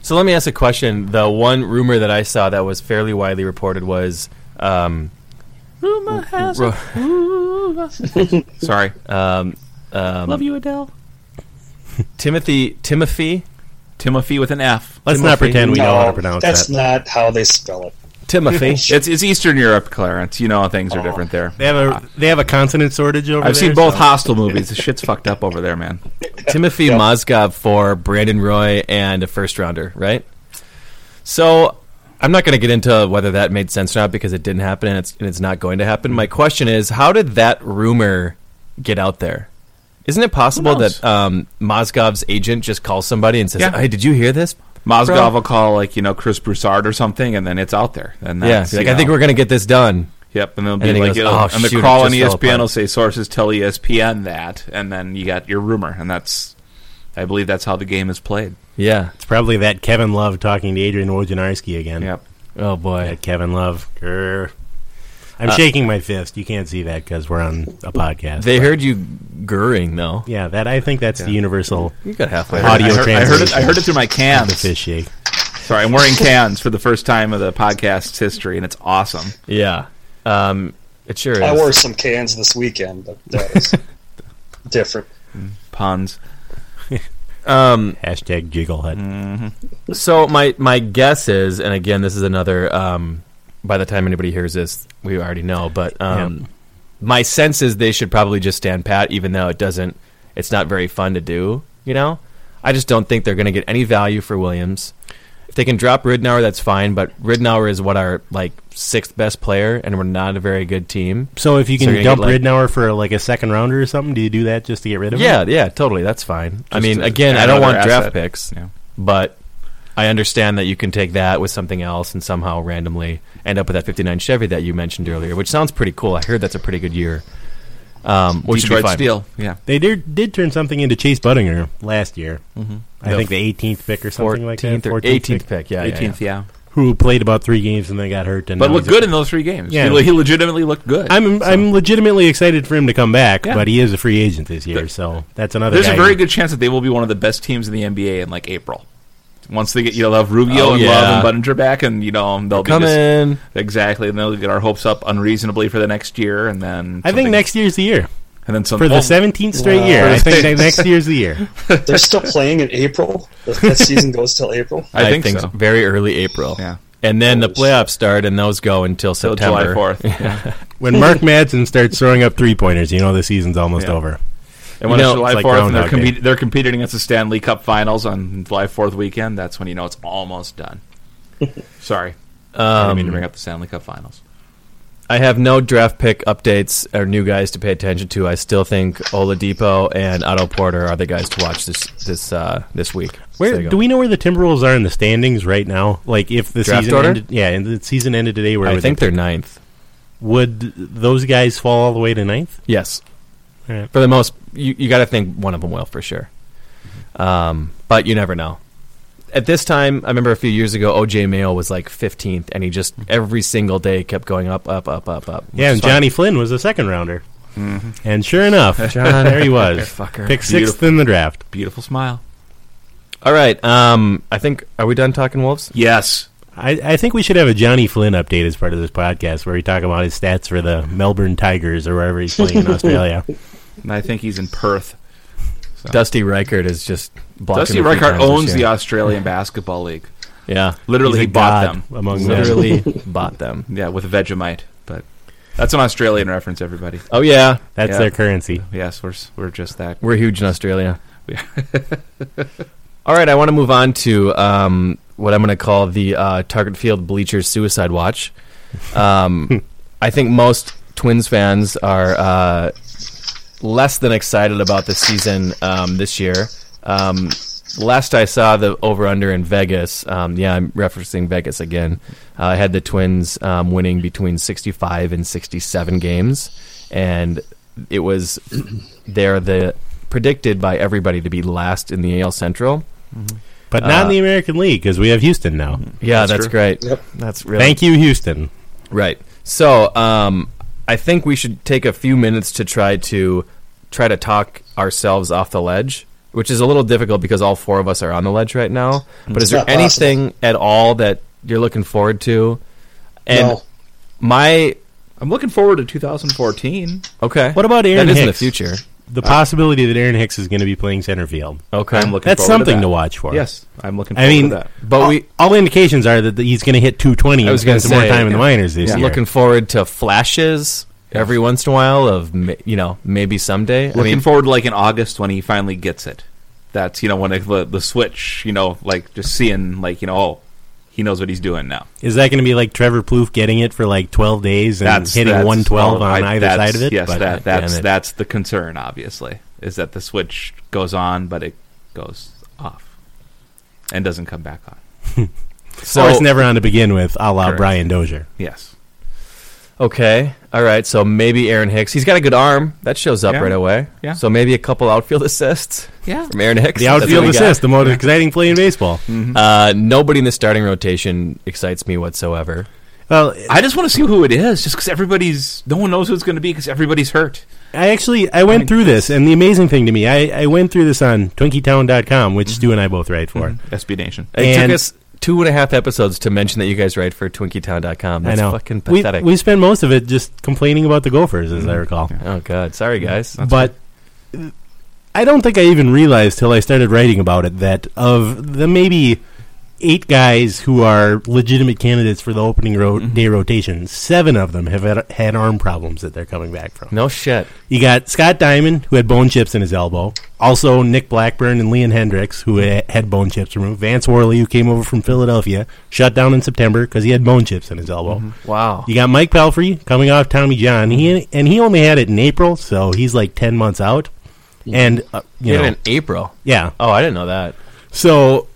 So let me ask a question. The one rumor that I saw that was fairly widely reported was um, rumor has sorry, Uh, love you, Adele. Timothy Timothy Timothy with an F. Let's not pretend we know how to pronounce that's that. not how they spell it. Timothy. It's it's Eastern Europe, Clarence. You know things Oh. are different there. They have a they have a consonant shortage over I've there. seen both so- hostile movies. The shit's fucked up over there, man. Timothy Mozgov for Brandon Roy and a first rounder, right? So I'm not going to get into whether that made sense or not because it didn't happen and it's, and it's not going to happen. My question is, how did that rumor get out there? Isn't it possible knows? that um, Mozgov's agent just calls somebody and says, Yeah. "Hey, did you hear this?" Mozgov Bro. will call like you know Chris Broussard or something, and then it's out there. And Yeah, that's, like you I think know, we're going to get this done. Yep, and they'll then be he like, goes, it'll- "Oh, and the shoot, it crawl on E just fell ESPN will apart." say sources tell E ESPN that, and then you got your rumor, and that's, I believe that's how the game is played. Yeah. It's probably that Kevin Love talking to Adrian Wojnarowski again. Yep. Oh boy. That Kevin Love. Grr. I'm Uh, shaking my fist. You can't see that because we're on a podcast. They heard you gurring though. yeah, that I think that's the universal You got halfway. Audio I heard, I heard it. I translation. heard it through my the cans. fish shake. Sorry, I'm wearing cans for the first time of the podcast's history, and it's awesome. Yeah. Um, it sure is. I wore some cans this weekend, but that was different. Puns. um, Hashtag jiggle hut. Mm. so my my guess is, and again, this is another. Um, by the time anybody hears this, we already know. But um, my sense is they should probably just stand pat, even though it doesn't. It's not very fun to do. You know, I just don't think they're going to get any value for Williams. If they can drop Ridnour, that's fine. But Ridnour is what our like sixth best player, and we're not a very good team. So if you So can you're gonna dump get, like- Ridnour for like a second rounder or something, do you do that just to get rid of him? Yeah, yeah, totally. That's fine. I Just mean, to again, add I don't another want draft asset. picks, Yeah. but I understand that you can take that with something else and somehow randomly end up with that 59 Chevy that you mentioned earlier, which sounds pretty cool. I heard that's a pretty good year. Um, which would be Detroit fine. Steel. Yeah. They did, did turn something into Chase Buttinger last year. I think the 18th pick or something like that. 14th Mm-hmm. or 14th 18th pick. Yeah, yeah, 18th. yeah. Yeah. Who played about three games and then got hurt. And But now looked he's a- good in those three games. Yeah. Yeah. He, he legitimately looked good. I'm I'm legitimately excited for him to come back, Yeah. but he is a free agent this year, There- so that's another. There's guy a very who- good chance that they will be one of the best teams in the NBA in like April. Once they get you know they'll have Rubio Oh, and yeah. Love and Buttinger back, and you know they'll be just- Coming. exactly, and they'll get our hopes up unreasonably for the next year, and then I think something- next year's the year and then some, for oh, the seventeenth straight year. I think that next year's the year. They're still playing in April. That, that season goes till April. I think so. Very early April. Yeah. And then the playoffs start, and those go until till July September. fourth. When Mark Madsen starts throwing up three pointers, you know the season's almost Yeah. over. And when You know, it's July it's like 4th and they're, Groundhog Day. compe- they're competing against the Stanley Cup Finals on July 4th weekend, that's when you know it's almost done. Sorry. I didn't mean Um, to bring up the Stanley Cup Finals. I have no draft pick updates or new guys to pay attention to. I still think Oladipo and Otto Porter are the guys to watch this this uh, this week. So there Where you do go. we know where the Timberwolves are in the standings right now? Like if the Draft season order? ended, yeah, and the season ended today, where I would think they they're ninth. would those guys fall all the way to ninth? Yes, All right. for the most, you you got to think one of them will for sure. Um, but you never know. At this time, I remember a few years ago, OJ Mayo was like 15th, and he just every single day kept going up, up, up, up, up. which Yeah, is and fine. Johnny Flynn was a second rounder, and sure enough, John- there he was, Fucker. pick sixth in the draft. Beautiful smile. All right, um, I think are we done talking wolves? Yes. I, I think we should have a Johnny Flynn update as part of this podcast where we talk about his stats for the Melbourne Tigers or wherever he's playing in Australia. And I think he's in Perth. Dusty Reichert is just blocking Dusty a few Reichert times this owns year. the Australian Basketball League. Yeah, Literally, He's a he bought god them. among them. literally bought them. Yeah, with Vegemite. But that's an Australian reference, everybody. Oh yeah, That's Yeah. their currency. Yes, we're, s- we're just that. we're huge in Australia. We All right, I want to move on to um, what I'm going to call the uh, target field bleachers suicide watch. Um, I think most Twins fans are uh, less than excited about the season um, this year. Um, last I saw the over under in Vegas, um, yeah, I'm referencing Vegas again. Uh, I had the Twins um, winning between 65 and 67 games, and it was they're the predicted by everybody to be last in the AL Central. But not in the American League because we have Houston now. Yeah, that's, That's true. great. That's really Thank you, Houston. Right. So, um, I think we should take a few minutes to try to try to talk ourselves off the ledge, which is a little difficult because all four of us are on the ledge right now. But is there not possible. anything at all that you're looking forward to? And no, my I'm looking forward to 2014. okay. What about Aaron That is in the Hicks? future. The possibility that Aaron Hicks is going to be playing center field. Okay. I'm looking That's forward something to, to, that. watch for. Yes, I'm looking I forward mean, to that. But all, we- all indications are that he's going to hit 220 I was and gonna spend some more say, time in the yeah. minors this I'm year. looking forward to flashes every once in a while of ma- you know maybe someday. I Looking mean, forward to like in August when he finally gets it. That's you know when it, the the switch. You know, like just seeing like you know oh he knows what he's doing now. Is that going to be like Trevor Plouffe getting it for like 12 days and hitting 112 well, on I- either that's- side of it? Yes, But, that, damn that's it. that's the concern. Obviously, is that the switch goes on, but it goes off and doesn't come back on. So or it's never on to begin with, a la Correct. Brian Dozier. Yes, okay, all right. So maybe Aaron Hicks. He's got a good arm. That shows up Yeah. right away. Yeah. So maybe a couple outfield assists. Yeah. From Aaron Hicks. The That's what outfield we got. assist, the most exciting play in baseball. Uh, nobody in the starting rotation excites me whatsoever. Well, I just want to see who it is, just because everybody's no one knows who it's going to be because everybody's hurt. I actually I went through this, and the amazing thing to me, I, I went through this on TwinkieTown.com, Hmm. which Stu and I both write for. SB Nation. It And- took us two and a half episodes to mention that you guys write for TwinkieTown.com. I That's know. fucking pathetic. We, we spend most of it just complaining about the Gophers, as I recall. oh god, sorry guys. but uh, I don't think I even realized till I started writing about it that of the maybe eight guys who are legitimate candidates for the opening ro- Hmm. day rotation, seven of them have had, had arm problems that they're coming back from. No shit. You got Scott Diamond, who had bone chips in his elbow. Also, Nick Blackburn and Leon Hendricks, who ha- had bone chips removed. Vance Worley, who came over from Philadelphia, shut down in September because he had bone chips in his elbow. Wow. You got Mike Pelfrey coming off Tommy John. He and he only had it in April, so he's like ten months out. And uh, you You know, in April. yeah. Oh, I didn't know that. So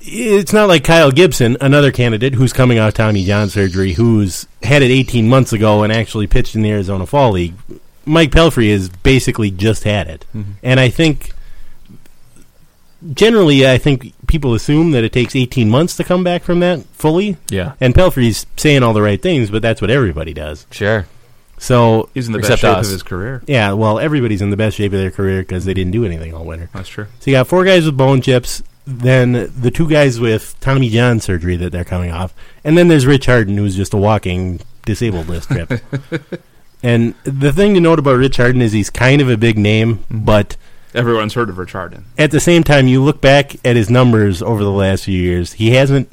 it's not like Kyle Gibson, another candidate who's coming off Tommy John surgery, who's had it 18 months ago and actually pitched in the Arizona Fall League. Mike Pelfrey has basically just had it, and I think generally, I think people assume that it takes 18 months to come back from that fully. Yeah. and Pelfrey's saying all the right things, but that's what everybody does. Sure. So He's in the Except best shape us. of his career. yeah, well, everybody's in the best shape of their career because they didn't do anything all winter. That's true. So you got four guys with bone chips, then the two guys with Tommy John surgery that they're coming off, and then there's Rich Harden who's just a walking disabled list trip. and the thing to note about Rich Harden is he's kind of a big name, but Everyone's heard of Richardin. at the same time, you look back at his numbers over the last few years. He hasn't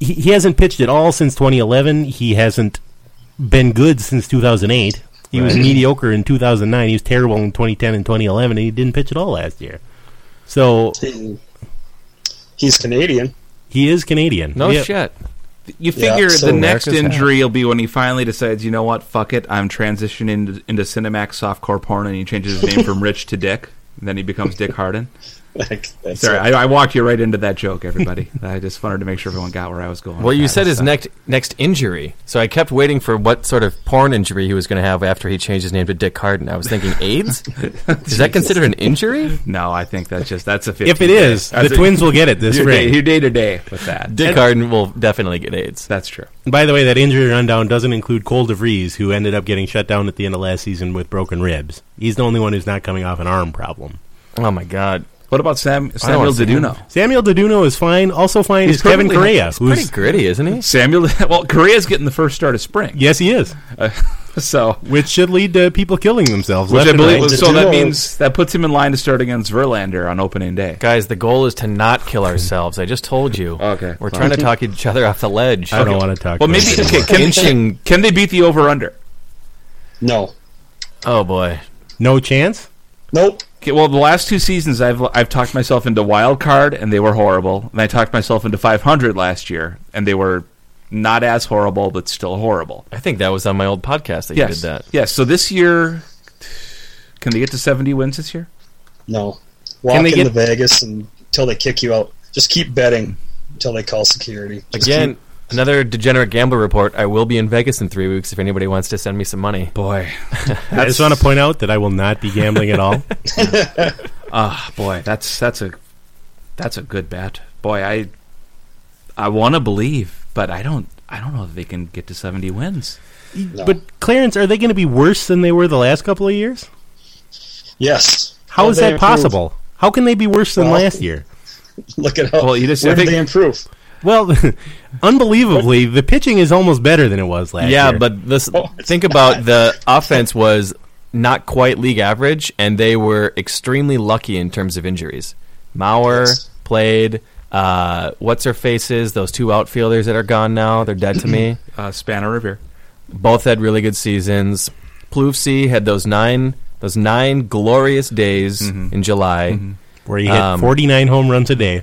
he, he hasn't pitched at all since 2011. He hasn't been good since 2008. He was mediocre in 2009. He was terrible in 2010 and 2011, and he didn't pitch at all last year. So He- He's Canadian. he is Canadian. No Yeah. shit. You Yeah, figure so the next America's injury will be when he finally decides, you know what, fuck it, I'm transitioning into, into Cinemax softcore porn, and he changes his name from Rich to Dick. And then he becomes Dick Harden. Like, that's Sorry, it. I, I walked you right into that joke, everybody. I just wanted to make sure everyone got where I was going. Well, with you that. said his So- next next injury, so I kept waiting for what sort of porn injury he was going to have after he changed his name to Dick Harden. I was thinking AIDS. Is that considered an injury? No, I think that's just that's a. 15 If it is, the Twins will get it this your day, spring. your day to day with that. Dick Harden will definitely get AIDS. That's true. By the way, that injury rundown doesn't include Cole DeVries, who ended up getting shut down at the end of last season with broken ribs. He's the only one who's not coming off an arm problem. Oh my god. What about Sam Samuel wanna see him. Deduno? Samuel Deduno is fine. Also fine He's is Kevin perfectly- Correa, he's who's Pretty gritty, isn't he? Samuel. Well, Korea's getting the first start of spring. Yes, he is. So Which should lead to people killing themselves. Uh, Which left I and believe right. was, so that Deduno- means that puts him in line to start against Verlander on opening day. Guys, the goal is to not kill ourselves. I just told you. Okay. We're trying to talk each other off the ledge. I don't want to talk. Well, about maybe it. okay. Can, Inching- can they beat the over under? No. Oh boy. no chance. Nope. Okay, well, the last two seasons I've I've talked myself into wild card and they were horrible, and I talked myself into 500 last year and they were not as horrible but still horrible. I think that was on my old podcast that you Yes, did that. yes. So this year, can they get to 70 wins this year? No. Walk they into get- Vegas and, until they kick you out. Just keep betting until they call security. Just Again, keep- another degenerate gambler report. I will be in Vegas in three weeks if anybody wants to send me some money. Boy, I just want to point out that I will not be gambling at all. Ah, boy, that's that's a that's a good bet. Boy, I I want to believe, but I don't I don't know if they can get to 70 wins. no. But Clarence, are they going to be worse than they were the last couple of years? yes. How How is they that improve? possible? How can they be worse than Well- last year? Look at how. Well, you just- I where did think- they improve? Well, unbelievably, the pitching is almost better than it was last year. yeah, but this Oh, think about the offense was not quite league average, and they were extremely lucky in terms of injuries. Mauer Yes. played. Uh, what's her faces? Those two outfielders that are gone now, they're dead to me. Uh, Spanner Revere. Both had really good seasons. Pluvsi had those nine those nine glorious days Mm-hmm. in July. where you hit um, 49 home runs a day.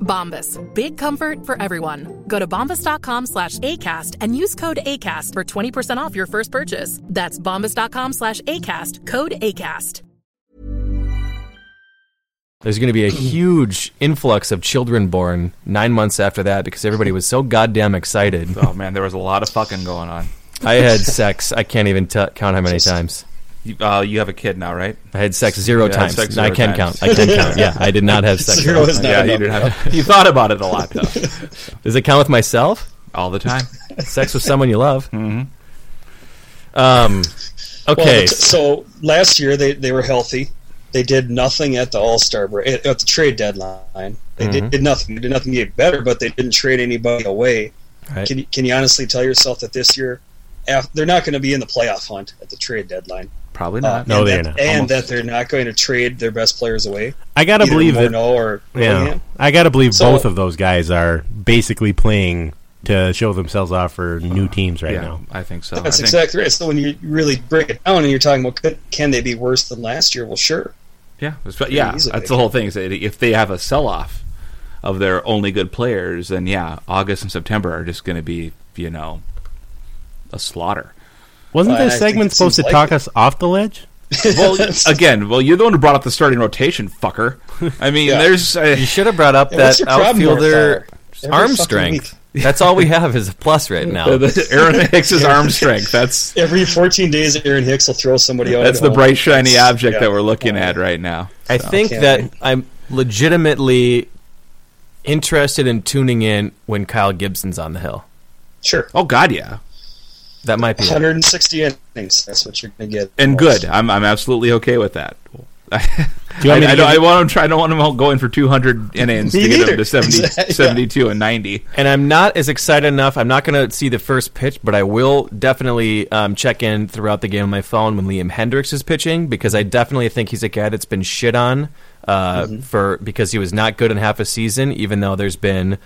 Bombas, big comfort for everyone. Go to bombas.com slash ACAST and use code ACAST for 20% off your first purchase. That's bombas.com slash ACAST, code ACAST. There's going to be a huge influx of children born nine months after that because everybody was so goddamn excited. Oh man, there was a lot of fucking going on. I had sex. I can't even t- count how many times. You, uh, you have a kid now, right? I had sex zero Yeah, times. sex No, I zero can times. count. I can count. Yeah, I did not have sex. Zero is not yeah, you enough. didn't have. You thought about it a lot though, Does it count with myself? all the time. Sex with someone you love. Mm-hmm. Um. Okay. Well, so last year they, they were healthy. They did nothing at the All Star break at at the trade deadline. They did, did nothing. They did nothing to get better, but they didn't trade anybody away. Right. Can you, can you honestly tell yourself that this year af- they're not going to be in the playoff hunt at the trade deadline? Probably Uh, not. No, and they're that, not. And Almost. that they're not going to trade their best players away. I gotta Either believe that. Morneau or oh, Yeah, William. I gotta believe So- both of those guys are basically playing to show themselves off for new teams right yeah, now. I think so. I That's think, exactly right. So when you really break it down and you're talking about could, can they be worse than last year? Well, sure. Yeah, it's- but yeah. easily. That's the whole thing. Is that if they have a sell-off of their only good players, then yeah, August and September are just going to be you know a slaughter. Wasn't Well, this I think segment it supposed to seems talk likely. us off the ledge? Well, again, well, you're the one who brought up the starting rotation, fucker. I mean, Yeah. there's. Uh, you should have brought up Yeah, that what's your problem, outfielder Northstar? Every arm fucking strength. That's all we have is a plus right now. the- Aaron Hicks' arm strength. That's Every 14 days, Aaron Hicks will throw somebody out. that's at the home. bright shiny object Yeah. that we're looking at right now. I think Can't that wait. I'm legitimately interested in tuning in when Kyle Gibson's on the hill. Sure. Oh God, yeah, That might be. it. 160 innings. That's what you're going to get. and good. I'm I'm absolutely okay with that. I, you want me I- I to don't, I give- want him try, I don't want him going for 200 innings to Me get him neither. to 70, Exactly. 72 and 90. And I'm not as excited enough. I'm not going to see the first pitch, but I will definitely um, check in throughout the game on my phone when Liam Hendricks is pitching because I definitely think he's a guy that's been shit on uh, for because he was not good in half a season, even though there's been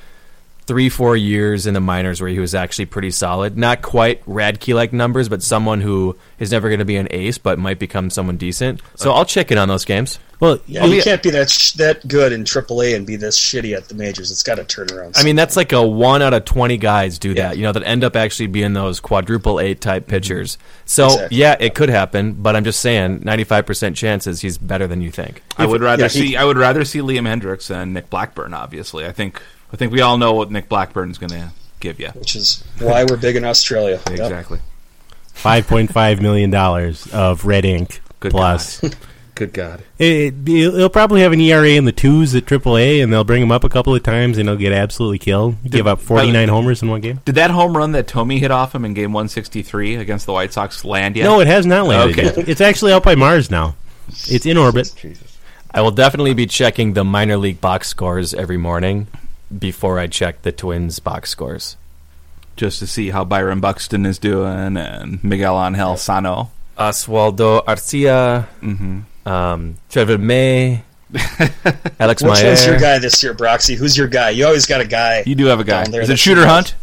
three, four years in the minors where he was actually pretty solid. Not quite Radke like numbers, but someone who is never going to be an ace, but might become someone decent. So I'll check in on those games. Well, Yeah, you can't be that sh- that good in AAA and be this shitty at the majors. It's got to turn around. I mean, that's like a one out of twenty guys do Yeah. Mm-hmm. that. You know, that end up actually being those quadruple A type pitchers. So Exactly. yeah, it could happen, but I'm just saying, ninety five percent chances he's better than you think. I would rather yeah, he- see I would rather see Liam Hendricks and Nick Blackburn. Obviously, I think I think we all know what Nick Blackburn's going to give you. which is why we're big in Australia. Yep. Exactly. five point five million dollars of red ink Good plus. Good God. It, it, he'll probably have an ERA in the twos at AAA, and they'll bring him up a couple of times, and he'll get absolutely killed. Give up forty nine homers in one game. Did that home run that Tommy hit off him in Game 163 against the White Sox land yet? No, it has not landed. Okay. yet. It's actually out by Mars now. It's in orbit. I will definitely be checking the minor league box scores every morning before I check the twins box scores. just to see how Byron Buxton is doing and Miguel Angel Sano. Oswaldo Arcia, Mm-hmm. um, Trevor May, Alex Which one's your Meyer, guy this year, Broxy? Who's your guy? You always got a guy. You do have a guy. Down there Is it that's- Shooter Hunt?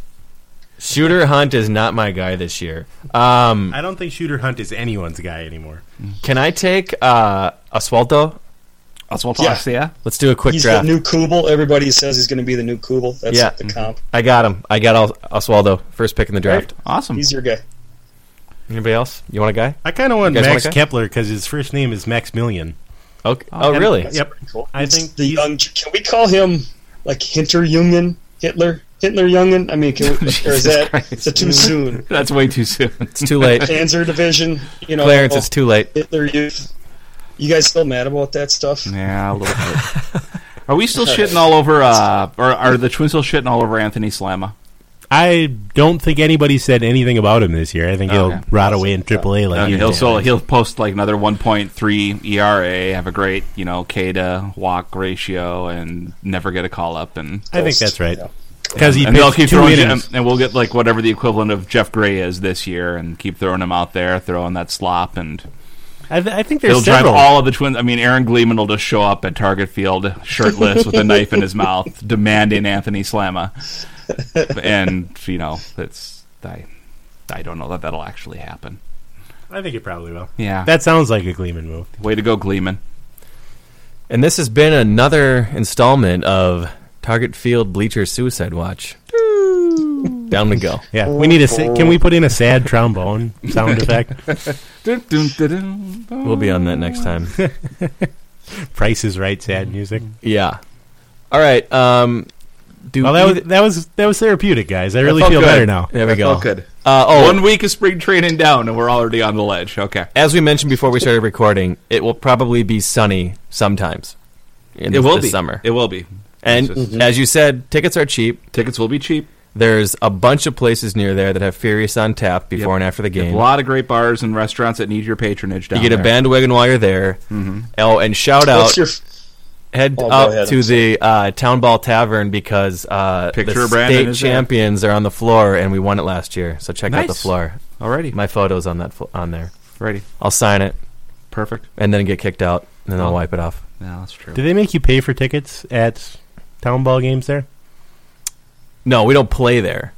Shooter Hunt is not my guy this year. Um, I don't think Shooter Hunt is anyone's guy anymore. can I take uh, Oswaldo? Oswald Yeah. Garcia? Let's do a quick He's draft. the new Kubel. Everybody says he's going to be the new Kubel. That's Yeah. the comp. I got him. I got Al- Oswaldo. First pick in the draft. Awesome. He's your guy. Anybody else? You want a guy? I kind of want You guys want Max a guy? Kepler because his first name is Max Million. Okay. Oh, and- really? That's Yep. pretty cool. I It's think the he's- young. Can we call him like Hinter Jungen? Hitler? Hitler Jungen? I mean, can we, or is that is it too soon? That's way too soon. It's too late. Panzer Division. You know, Clarence, it's too late. Hitler Youth. You guys still mad about that stuff? Yeah, a little bit. Are we still shitting all over? Uh, or are the twins still shitting all over Anthony Slamma? I don't think anybody said anything about him this year. I think Okay. he'll rot away in AAA like Uh, you he'll did. so he'll post like another 1.3 ERA, have E a great you know K to walk ratio, and never get a call up, and I think that's right Yeah. because he and they'll pitched keep two throwing him, innings. and we'll get like whatever the equivalent of Jeff Gray is this year, and keep throwing him out there, throwing that slop, and I, th- I think he'll there's drive several. all of the twins. I mean, Aaron Gleeman will just show up at Target Field shirtless with a knife in his mouth, demanding Anthony Slamma, and you know it's I, I don't know that that'll actually happen. I think it probably will. Yeah, That sounds like a Gleeman move. way to go, Gleeman. And this has been another installment of Target Field Bleacher Suicide Watch. Down we go. Yeah, we need a. sa- Can we put in a sad trombone sound effect? We'll be on that next time. Price is right, sad music. yeah. All right. Um, do Well, that either- was that was that was therapeutic, guys. I really felt feel good. better now. there we go. Oh, good. Uh, oh, One week of spring training down, and we're already on the ledge. Okay. as we mentioned before we started recording, it will probably be sunny sometimes. In it this- will this be summer. It will be. and It's just- as you said, tickets are cheap. tickets will be cheap. There's a bunch of places near there that have Furious on tap before Yep. and after the You have game. A lot of great bars and restaurants that need your patronage. Down You get a there. Mm-hmm. bandwagon while you're there. Oh, and shout out. What's your head Oh, go up ahead, to I'm the uh, Town Ball Tavern because uh, Picture the of Brandon state is there. champions are on the floor, and we won it last year. So check out the Nice. floor. Alrighty, My photo's on that fl- on there. ready, I'll sign it perfect. and then get kicked out, and Oh. then I'll wipe it off. No, that's true. Do they make you pay for tickets at town ball games there? No, we don't play there.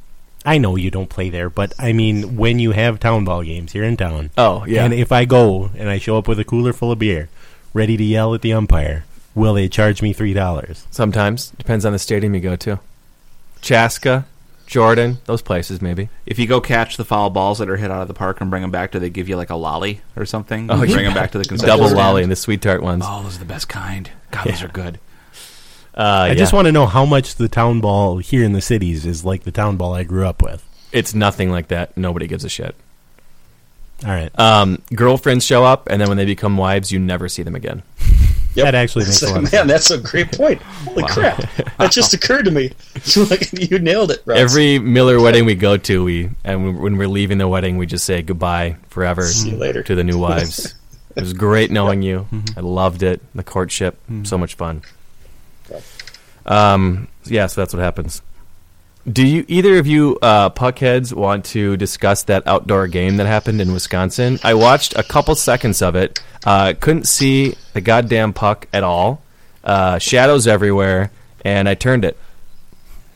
I know you don't play there, but I mean, when you have town ball games here in town, Oh yeah, and if I go and I show up with a cooler full of beer, ready to yell at the umpire, will they charge me three dollars? sometimes depends on the stadium you go to. Chaska, Jordan, those places maybe. If you go catch the foul balls that are hit out of the park and bring them back, do they give you like a lolly or something? Oh, You bring yeah. them back to the concession Double stand? lolly and the sweet tart ones. Oh, those are the best kind. God, those are good. Uh, I just want to know how much the town ball here in the cities is like the town ball I grew up with. it's nothing like that. Nobody gives a shit. All right, Um, girlfriends show up, and then when they become wives, you never see them again. Yep. that actually makes a So, lot. Of man, sense. that's a great point. Holy crap! That just occurred to me. you nailed it. Russ. Every Miller wedding we go to, we and we- when we're leaving the wedding, we just say goodbye forever See you later. to the new wives. it was great knowing you. I loved it. The courtship, so much fun. Um, yeah, so that's what happens. Do you either of you uh, puckheads want to discuss that outdoor game that happened in Wisconsin? I watched a couple seconds of it. Uh, couldn't see the goddamn puck at all. Uh, shadows everywhere, and I turned it.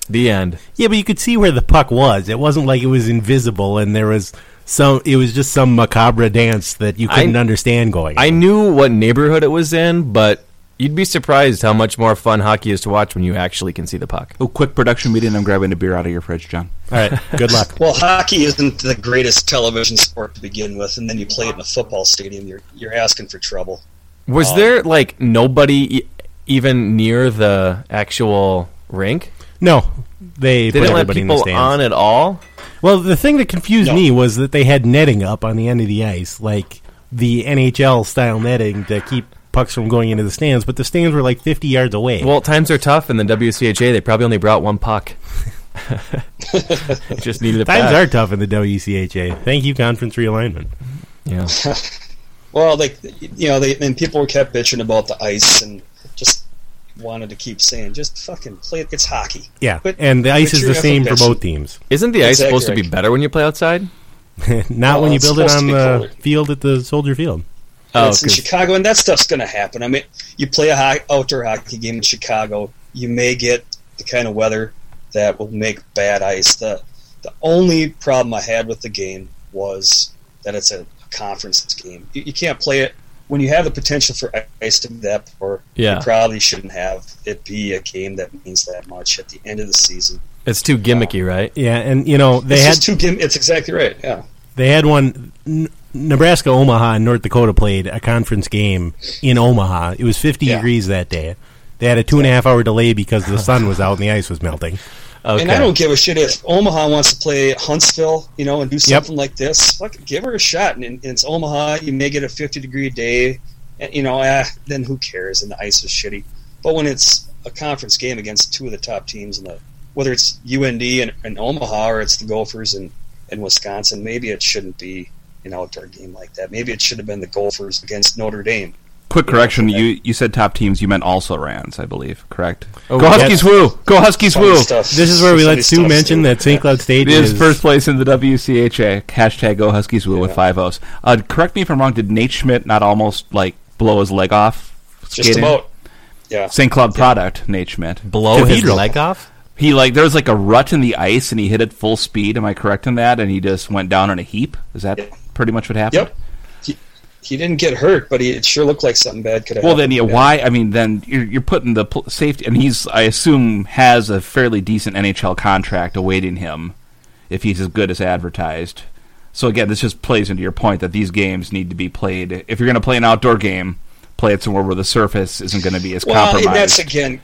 The end. Yeah, but you could see where the puck was. It wasn't like it was invisible, and there was some. It was just some macabre dance that you couldn't I- understand going. I on. knew what neighborhood it was in, but you'd be surprised how much more fun hockey is to watch when you actually can see the puck. Oh, quick production meeting. I'm grabbing a beer out of your fridge, John. All right, good luck. Well, hockey isn't the greatest television sport to begin with, and then you play it in a football stadium. You're you're asking for trouble. Was there like nobody e- even near the actual rink? No, they They put didn't let everybody in the people stands. on at all. Well, the thing that confused No. me was that they had netting up on the end of the ice, like the NHL style netting to keep pucks from going into the stands, but the stands were like 50 yards away. Well, times are tough, and the WCHA they probably only brought one puck. Just needed a Times pass. are tough in the WCHA. Thank you, conference realignment. yeah. Well, like you know, they and people kept bitching about the ice and just wanted to keep saying, just fucking play it. It's hockey. Yeah, Quit- and the ice quit is your the same for affectation. both teams. Isn't the ice Exactly. supposed to be better when you play outside? Not Well, when you it's build it supposed to on be the colder. field at the Soldier Field. Oh, it's in 'cause- Chicago, and that stuff's going to happen. I mean, you play a ho- outdoor hockey game in Chicago, you may get the kind of weather that will make bad ice. The the only problem I had with the game was that it's a conference game. You, you can't play it when you have the potential for i- ice to be that poor. Yeah. You probably shouldn't have it be a game that means that much at the end of the season. it's too gimmicky, right? Yeah, and you know they it's had just two game. It's exactly right. Yeah. They had one. N- Nebraska, Omaha, and North Dakota played a conference game in Omaha. It was 50 Yeah. degrees that day. They had a two and a half hour delay because the sun was out and the ice was melting. Okay. And I don't give a shit if Omaha wants to play Huntsville, you know, and do something like this. Fuck, give her a shot. And, and it's Omaha. You may get a 50 degree day. and, you know, eh, then who cares? And the ice is shitty. But when it's a conference game against two of the top teams in the, whether it's UND and, and Omaha or it's the Gophers and in Wisconsin, maybe it shouldn't be an outdoor game like that. Maybe it should have been the Gophers against Notre Dame. Quick correction: you you said top teams, you meant also Rans, I believe. Correct. Oh, Go Huskies! yes. Woo! Go Huskies! Funny Woo! stuff. This is where we Funny let Sue stuff, mention that St. Cloud It State is first place in the WCHA. Hashtag Go Huskies! Woo with Yeah. five O's. Uh, correct me if I'm wrong. Did Nate Schmidt not almost like blow his leg off? Just skating? about. Yeah. St. Cloud product, Nate Schmidt. Blow his Cathedral. leg off? He like there was like a rut in the ice, and he hit it full speed. Am I correct in that? And he just went down in a heap. Is that Yeah. pretty much what happened? Yep. He, he didn't get hurt, but he, it sure looked like something bad could have Well, then, happened. yeah, why? I mean, then you're, you're putting the pl- safety, and he's, I assume, has a fairly decent NHL contract awaiting him if he's as good as advertised. So, again, this just plays into your point that these games need to be played. If you're going to play an outdoor game, play it somewhere where the surface isn't going to be as Well, and that's compromised. again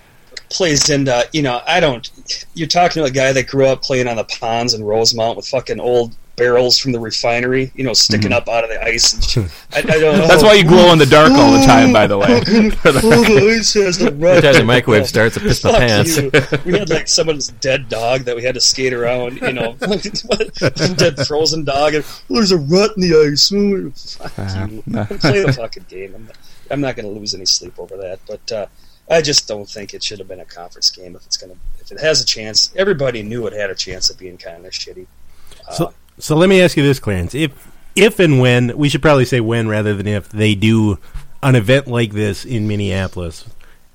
plays into you know I don't. You're talking to a guy that grew up playing on the ponds in Rosemount with fucking old barrels from the refinery, you know, sticking up out of the ice. And shit. I, I don't know. Mm-hmm. That's why you glow in the dark all the time, by the way. Oh, the ice has a rut. Every time the microwave starts, I piss my Fuck pants. you. We had like someone's dead dog that we had to skate around, you know, dead frozen dog, and "Oh, there's a rut in the ice. Oh, Fuck Ah, you. Play the fucking game. I'm not, I'm not going to lose any sleep over that, but uh, I just don't think it should have been a conference game if it's going to. If it has a chance, everybody knew it had a chance of being kind of shitty. So, so let me ask you this, Clarence: if if and when we should probably say when rather than if they do an event like this in Minneapolis,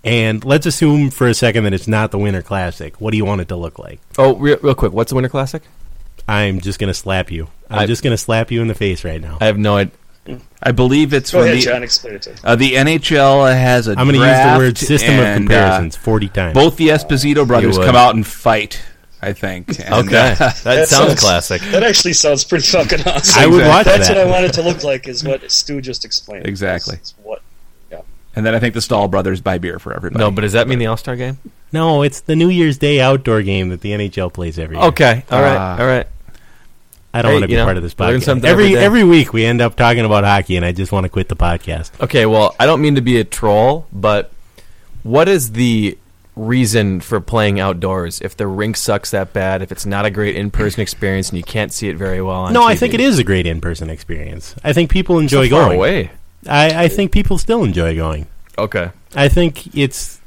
and let's assume for a second that it's not the Winter Classic. What do you want it to look like? Oh, real, real quick, what's the Winter Classic? I'm just gonna slap you. I'm I- just gonna slap you in the face right now. I have no idea. I believe it's Go when ahead, the, John. Explain it to me. Uh, the NHL has a. I'm going to use the draft word system of and, uh, comparisons 40 times. both the Esposito brothers would. come out and fight. I think. And, Okay. uh, That sounds sounds- classic. That actually sounds pretty fucking awesome. I would watch That's that. what I want it to look like. Is what Stu just explained. Exactly. It's what and then I think the Stahl brothers buy beer for everybody. No, but does that mean the All Star game? no, it's the New Year's Day outdoor game that the NHL plays every year. Okay, all right, Ah. all right. I don't Hey, want to be you know, part of this learn podcast. something every Every day. every week we end up talking about hockey, and I just want to quit the podcast. Okay, well, I don't mean to be a troll, but what is the reason for playing outdoors if the rink sucks that bad, if it's not a great in person experience and you can't see it very well on No, I TV? think it is a great in-person experience. I think people enjoy far going. away. I, I think people still enjoy going. Okay. I think it's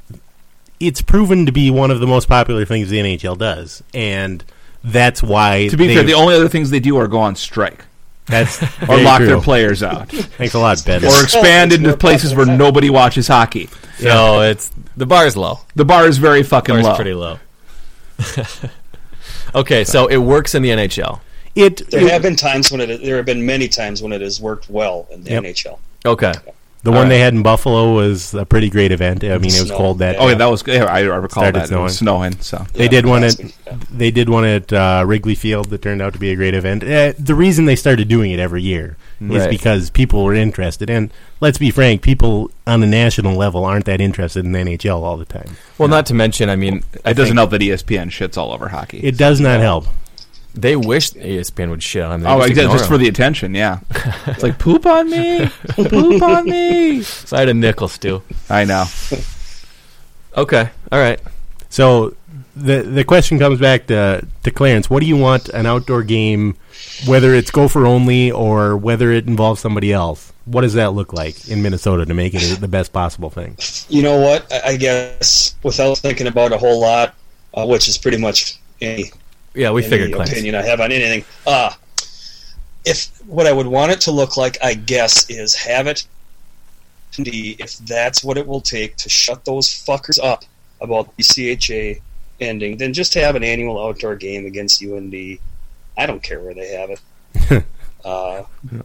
it's proven to be one of the most popular things the NHL does, and that's why. to be they- fair, the only other things they do are go on strike that's or very lock true. their players out Thanks a lot, Ben. or expand It's more into places where popular. nobody watches hockey. So it's the bar's low. The bar is very fucking Bar's low. pretty low. okay, so it works in the NHL. it, there it- have been times when it. There have been many times when it has worked well in the Yep. NHL. Okay. the one they had in Buffalo was a pretty great event. I mean, it was Snow. cold that. Oh yeah, that was. Yeah, I, I recall Started that it was snowing. So They did one at last week, yeah. they did one at uh, Wrigley Field that turned out to be a great event. Uh, the reason they started doing it every year is Right. because people were interested, and let's be frank, people on a national level aren't that interested in the NHL all the time. Well, not to mention, I mean, I it doesn't think help that E ESPN shits all over hockey. It does not help. They wish E ESPN would shit on them. They oh, just exactly, ignore just for them. the attention. Yeah, it's like poop on me, poop on me. So I had a nickel, Stu. I know. Okay, all right. So the the question comes back to to Clarence: What do you want an outdoor game, whether it's gopher only or whether it involves somebody else? What does that look like in Minnesota to make it the best possible thing? You know what? I, I guess without thinking about a whole lot, uh, which is pretty much any Yeah, we any figured Clarence. opinion I have on anything. Uh, if what I would want it to look like, I guess, is have it be if that's what it will take to shut those fuckers up about the CHA ending, then just have an annual outdoor game against UND. I don't care where they have it. uh,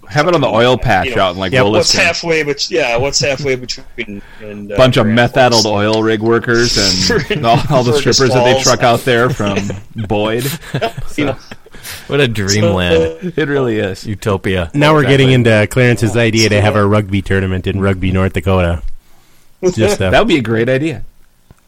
Have it on the oil patch You know, out in like yeah, Williston. what's halfway? But yeah, what's halfway between? And, uh, bunch of Grand meth Forks? addled oil rig workers and Fergus all, all the Falls. strippers that they truck out there from Boyd. You know, What a dreamland. It really is. Utopia. Now we're Exactly. getting into Clarence's idea to have a rugby tournament in Rugby, North Dakota. Just uh, That would be a great idea.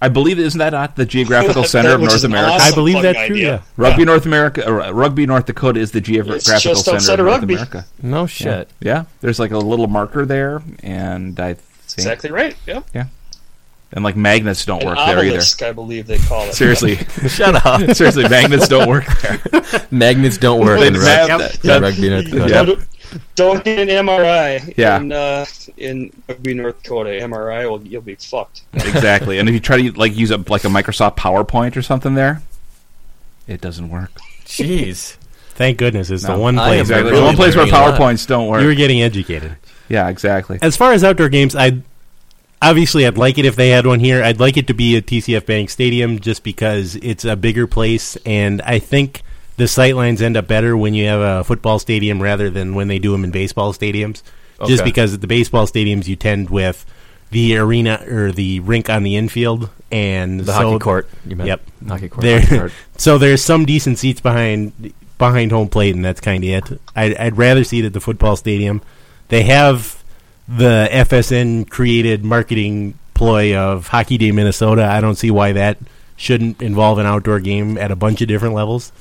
I believe isn't that not the geographical center of Which North is an America? awesome I believe fucking that's true, idea. yeah. Rugby North America, or, uh, Rugby North Dakota is the geographical just center outside of of North Rugby. America. No Yeah. shit. yeah, there's like a little marker there, and I think Exactly right. Yeah. yeah, and like magnets don't An work there either. obelisk, I believe they call it. Seriously, Shut up. seriously, magnets don't work there. Magnets don't work They in don't rug- have that. in rugby. North Dakota. Yeah. Don't, don't get an MRI. Yeah. In, uh, in Rugby, North Dakota, MRI will you'll be fucked. exactly. And if you try to like use a like a Microsoft PowerPoint or something there, it doesn't work. Jeez. Thank goodness it's No. the one I place. am Exactly. really the one place where learning a lot. PowerPoints don't work. You were getting educated. yeah, exactly. As far as outdoor games, I would obviously I'd like it if they had one here. I'd like it to be a TCF Bank Stadium just because it's a bigger place, and I think the sight lines end up better when you have a football stadium rather than when they do them in baseball stadiums. Just Okay. because at the baseball stadiums you tend with the arena or the rink on the infield and The so hockey court. You meant Yep. Hockey court. There, so there's some decent seats behind behind home plate, and that's kind of it. I'd, I'd rather see it at the football stadium. They have the FSN created marketing ploy of Hockey Day Minnesota. I don't see why that shouldn't involve an outdoor game at a bunch of different levels.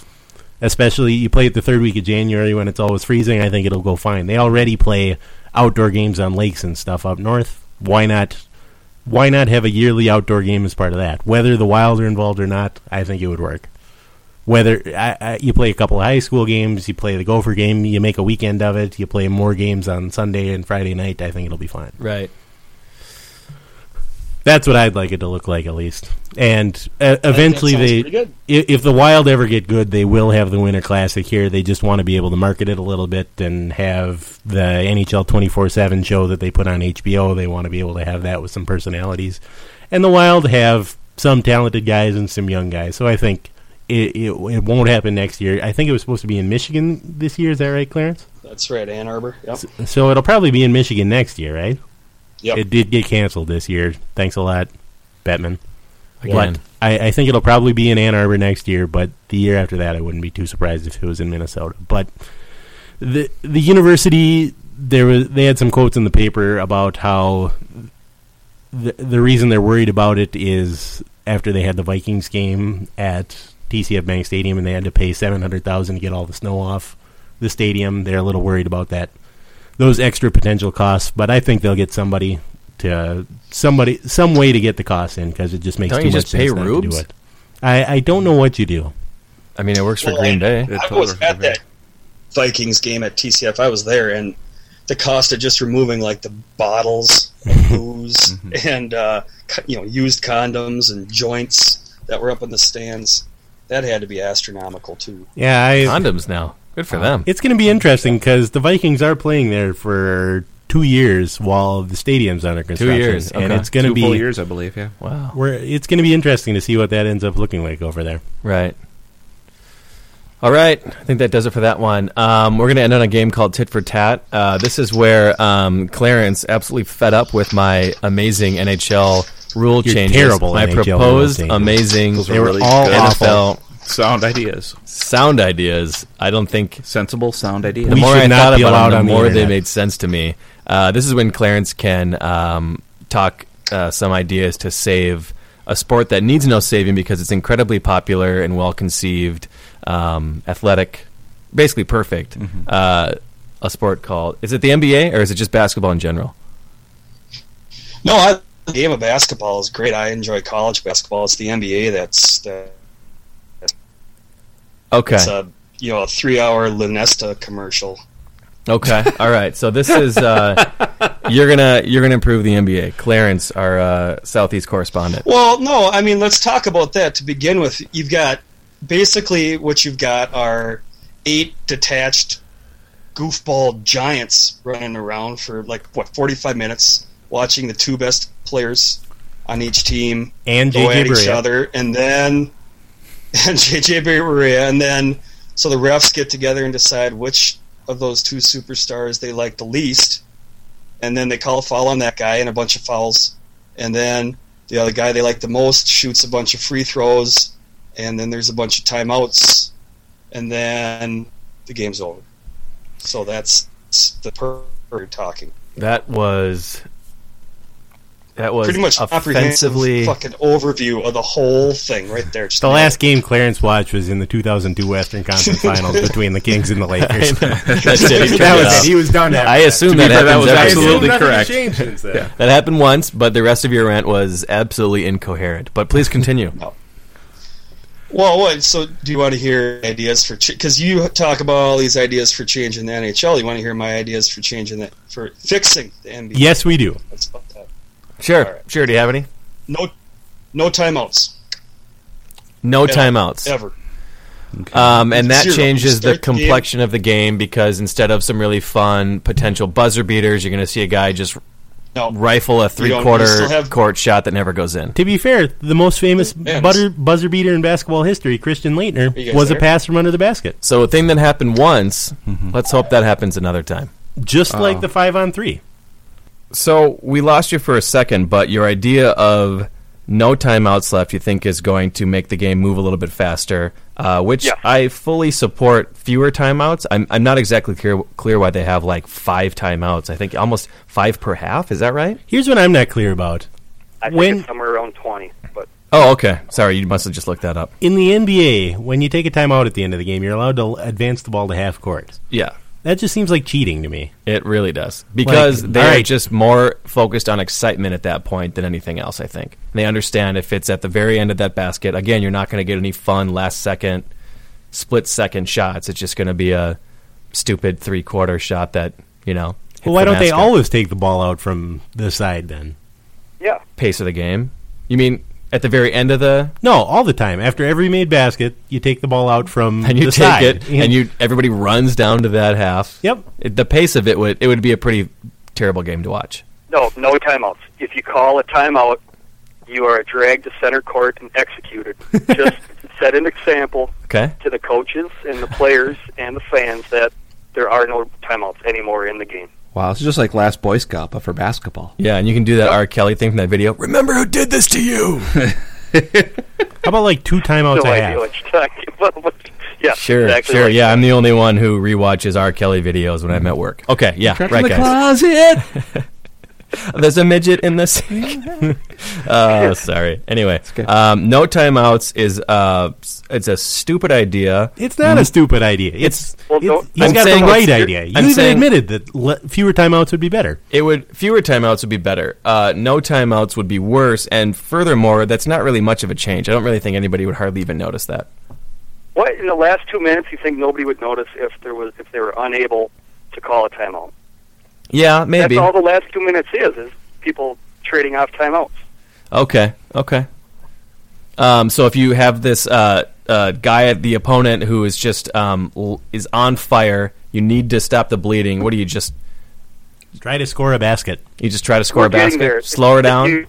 Especially you play it the third week of January when it's always freezing. I think it'll go fine. They already play outdoor games on lakes and stuff up north. Why not why not have a yearly outdoor game as part of that? Whether the Wild are involved or not, I think it would work. Whether I, I, you play a couple of high school games, you play the Gopher game, you make a weekend of it, you play more games on Sunday and Friday night, I think it'll be fine. Right. That's what I'd like it to look like, at least. And uh, I think that eventually, sounds they pretty good. if, if the Wild ever get good, they will have the Winter Classic here. They just want to be able to market it a little bit and have the NHL 24 7 show that they put on HBO. They want to be able to have that with some personalities. And the Wild have some talented guys and some young guys. So I think it, it, it won't happen next year. I think it was supposed to be in Michigan this year. Is that right, Clarence? That's right, Ann Arbor. Yep. So it'll probably be in Michigan next year, right? Yep. It did get canceled this year. Thanks a lot, Bettman. Again. But I, I think it'll probably be in Ann Arbor next year, but the year after that, I wouldn't be too surprised if it was in Minnesota. But the the university, there was they had some quotes in the paper about how the the reason they're worried about it is after they had the Vikings game at TCF Bank Stadium and they had to pay seven hundred thousand to get all the snow off the stadium. They're a little worried about that those extra potential costs, but I think they'll get somebody to somebody some way to get the costs in because it just makes Don't too you much just sense pay not to rubes? do it. I, I don't know what you do. I mean, it works for Well, Green Bay. It I totally was works at for me. that Vikings game at TCF. I was there, and the cost of just removing like the bottles of booze Mm-hmm. and uh, co- you know used condoms and joints that were up in the stands that had to be astronomical too. Yeah, I, Condoms now. Good for them. it's going to be interesting because the Vikings are playing there for two years while the stadium's under construction. years, and okay. it's going to Two full be years, I believe. Yeah. Wow. we're, it's going to be interesting to see what that ends up looking like over there. Right. All right. I think that does it for that one. Um, we're going to end on a game called Tit for Tat. Uh, this is where um, Clarence absolutely fed up with my amazing NHL rule Your changes. terrible my NHL rule proposed changes. amazing Those They were really all good. awful. NFL Sound ideas, sound ideas. I don't think sensible sound ideas. the We more should I not thought be about allowed them, on the the more they internet. made sense to me. Uh, this is when Clarence can um, talk uh, some ideas to save a sport that needs no saving because it's incredibly popular and well conceived, um, athletic, basically perfect. Mm-hmm. Uh, a sport called is it the NBA or is it just basketball in general? No, I, the game of basketball is great. I enjoy college basketball. It's the NBA that's that, Okay. it's uh, a you know a three hour Lunesta commercial. Okay. All right. So this is uh, you're gonna you're gonna improve the NBA. Clarence, our uh, southeast correspondent. Well, no, I mean, let's talk about that to begin with. You've got basically what you've got are eight detached goofball giants running around for like what 45 minutes watching the two best players on each team And go at JJ each Barea. other and then and JJ Barea and then so the refs get together and decide which of those two superstars they like the least and then they call a foul on that guy and a bunch of fouls and then the other guy they like the most shoots a bunch of free throws and then there's a bunch of timeouts and then the game's over so that's the per per- talking That was That was pretty much offensively comprehensive fucking overview of the whole thing right there. Just The last game Clarence watched was in the 2002 Western Conference Finals between the Kings and the Lakers. That's it. He that turned it was off. it. He was done. after I assume that, fair, that happens was every- absolutely Nothing has correct. changed since then. that happened once, but the rest of your rant was absolutely incoherent. But please continue. Oh, Well, what? So, do you want to hear ideas for? Because you talk about all these ideas for changing the NHL. You want to hear my ideas for changing that for fixing the NBA? Yes, we do. That's about that. Sure, All right. sure. Do you have any? No, no timeouts No Yeah. timeouts. ever. Um, and that Zero. changes the Start the game. complexion of the game because instead of some really fun potential buzzer beaters, you're going to see a guy just No. rifle a You three don't- you quarter still have- court shot that never goes in. To be fair, the most famous Man, butter, buzzer beater in basketball history, Christian you Leitner, guys was a there? pass from under the basket, So a thing that happened once, Mm-hmm. let's hope that happens another time. Oh. just like the five on three. So we lost you for a second, but your idea of no timeouts left, you think, is going to make the game move a little bit faster, uh, which Yeah. I fully support. Fewer timeouts. I'm, I'm not exactly clear clear why they have like five timeouts. I think almost five per half. Is that right? Here's what I'm not clear about. I think When- it's somewhere around 20. But Oh, okay. Sorry, you must have just looked that up. In the NBA, when you take a timeout at the end of the game, you're allowed to advance the ball to half court. Yeah, That just seems like cheating to me. it really does because Like, they're all right. just more focused on excitement at that point than anything else. I think they understand if it's at the very end of that basket. Again, you're not going to get any fun last second, split second shots. It's just going to be a stupid three quarter shot that you know. hit Well, why the don't they basket. always take the ball out from the side then? yeah, pace of the game? You mean at the very end of the No, all the time. After every made basket, you take the ball out from and you the take side. it and you everybody runs down to that half. Yep. It, the pace of it would it would be a pretty terrible game to watch. no, no timeouts. If you call a timeout, you are dragged to center court and executed. Just set an example Okay. to the coaches and the players and the fans that there are no timeouts anymore in the game. Wow, it's just like Last Boy Scout, but for basketball. Yeah, and you can do that R. Kelly thing from that video. Remember who did this to you? How about like two timeouts no a idea half? what you're talking about. but- yeah, Sure, exactly sure. like yeah, I'm the only one who rewatches R. Kelly videos when I'm at work. Okay, yeah, right, guys. closet. There's a midget in the sink. uh, sorry. Anyway, okay. um, no timeouts is uh, s- it's a stupid idea. It's not a stupid idea. It's, Mm-hmm. Well, it's- don't- he's I'm got the saying right it's- idea. You I'm even saying- admitted that le- fewer timeouts would be better. It would fewer timeouts would be better. Uh, no timeouts would be worse. And furthermore, that's not really much of a change. I don't really think anybody would hardly even notice that. What in the last two minutes you think nobody would notice if there was if they were unable to call a timeout? Yeah, maybe. That's all the last two minutes is is people trading off timeouts. Okay. Okay. Um, so if you have this uh, uh, guy, at the opponent who is just um, l- is on fire, you need to stop the bleeding. What do you just Try to score a basket. you just try to score we're a getting basket, there. slow her If down? You,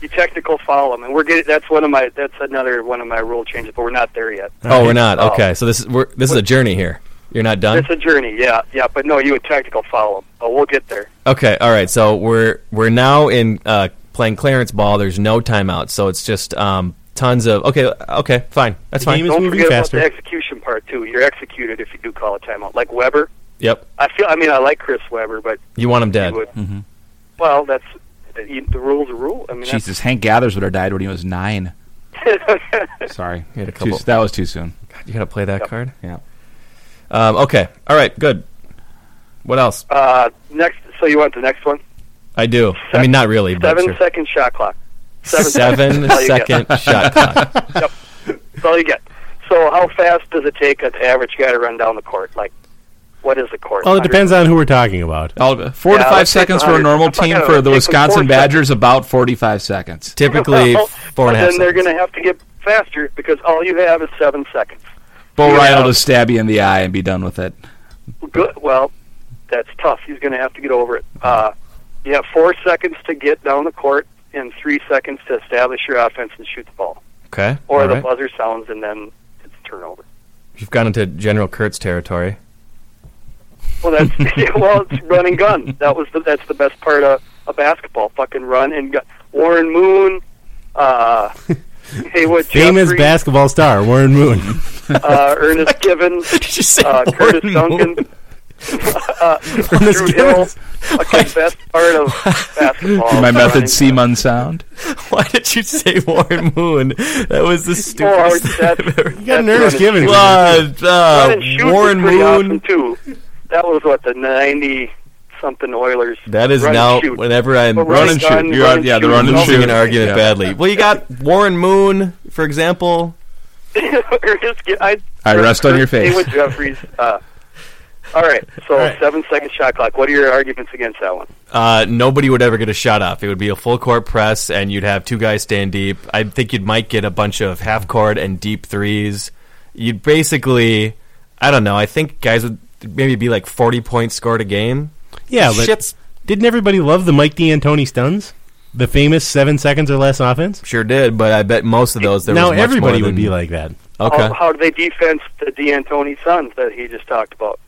you technical foul them, and we're getting that's one of my that's another one of my rule changes, but we're not there yet. Oh, we're not. Oh. Okay, so this is we're, this is a journey here. You're not done. It's a journey, yeah, yeah, but no, you would technical foul them, but we'll get there. Okay, all right. So we're we're now in uh, playing clearance ball. There's no timeout, so it's just um, tons of okay, okay, fine, that's The fine. game is Don't moving forget faster. about the execution part too. You're executed if you do call a timeout, like Weber. Yep, I feel. I mean, I like Chris Weber, but you want him he dead. would. Well, that's the, the rule's a rule. I mean, that's Jesus, Hank Gathers would have died when he was nine. Sorry, He had a Too- couple- that was too soon. You gotta play that card. Yeah. Um, okay, all right, good. What else? Uh, next, so you want the next one? I do. I mean, not really, but Seven sure. second shot clock. Seven, Seven That's all you get. second shot clock. That's all you get. So, how fast does it take an average guy to run down the court? Like, what is the court? Well, it depends on who we're talking about. All- Four to Yeah, five let's take seconds a for a hundred. normal Let's take team a- for take the a four Wisconsin seconds. Badgers. About forty-five seconds. Typically Well, four and but a half. Then they're seconds. going to have to get faster because all you have is seven seconds. Bo Yeah. Ryan will just stab you in the eye and be done with it. Good. Well, that's tough. He's going to have to get over it. Uh, you have four seconds to get down the court and three seconds to establish your offense and shoot the ball, Okay, or all the right. buzzer sounds and then it's turnover. You've gone into General Kurtz territory. Well, that's well, it's run and gun. That was the, that's the best part of, of basketball. Fucking run and gun. Warren Moon, uh, Haywood, Famous Jeffrey, basketball star Warren Moon. uh, Ernest Givens, Did you say uh, Curtis Warren Duncan. uh, Drew Hill, a best part of basketball. Did my is running. method seem unsound? Why did you say Warren Moon? That was the Or stupidest. Oh, that, You got nervous giving. What? Run Uh, and shoot was Warren pretty Moon. awesome, too. That was what the ninety something Oilers. That is Run and now. shoot. Whenever I'm But run and gun, You're run on- yeah, the shoot. run and losing shoot. an argument Yeah. badly. Well, you got Warren Moon, for example. Or just get- I, I rest on your face. David Jeffries. Uh, all right, so right. seven second shot clock. What are your arguments against that one? Uh, nobody would ever get a shot off. It would be a full court press, and you'd have two guys stand deep. I think you might get a bunch of half court and deep threes. You'd basically, I don't know. I think guys would maybe be like forty points scored a game. Yeah, but Shit's didn't everybody love the Mike D'Antoni stuns? The famous seven seconds or less offense. sure did, but I bet most of those there now was much everybody more would than- be like that. okay. Oh, How, how do they defense the D'Antoni Suns that he just talked about?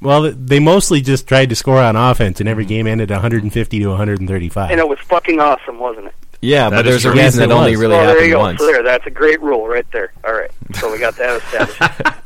Well, th- they mostly just tried to score on offense, and Mm-hmm. every game ended 150 to 135. And it was fucking awesome, wasn't it? yeah, but is there's a true. reason Yes, that it only was. really oh, there happened you go. once. So there, that's a great rule right there. All right, so we got that established.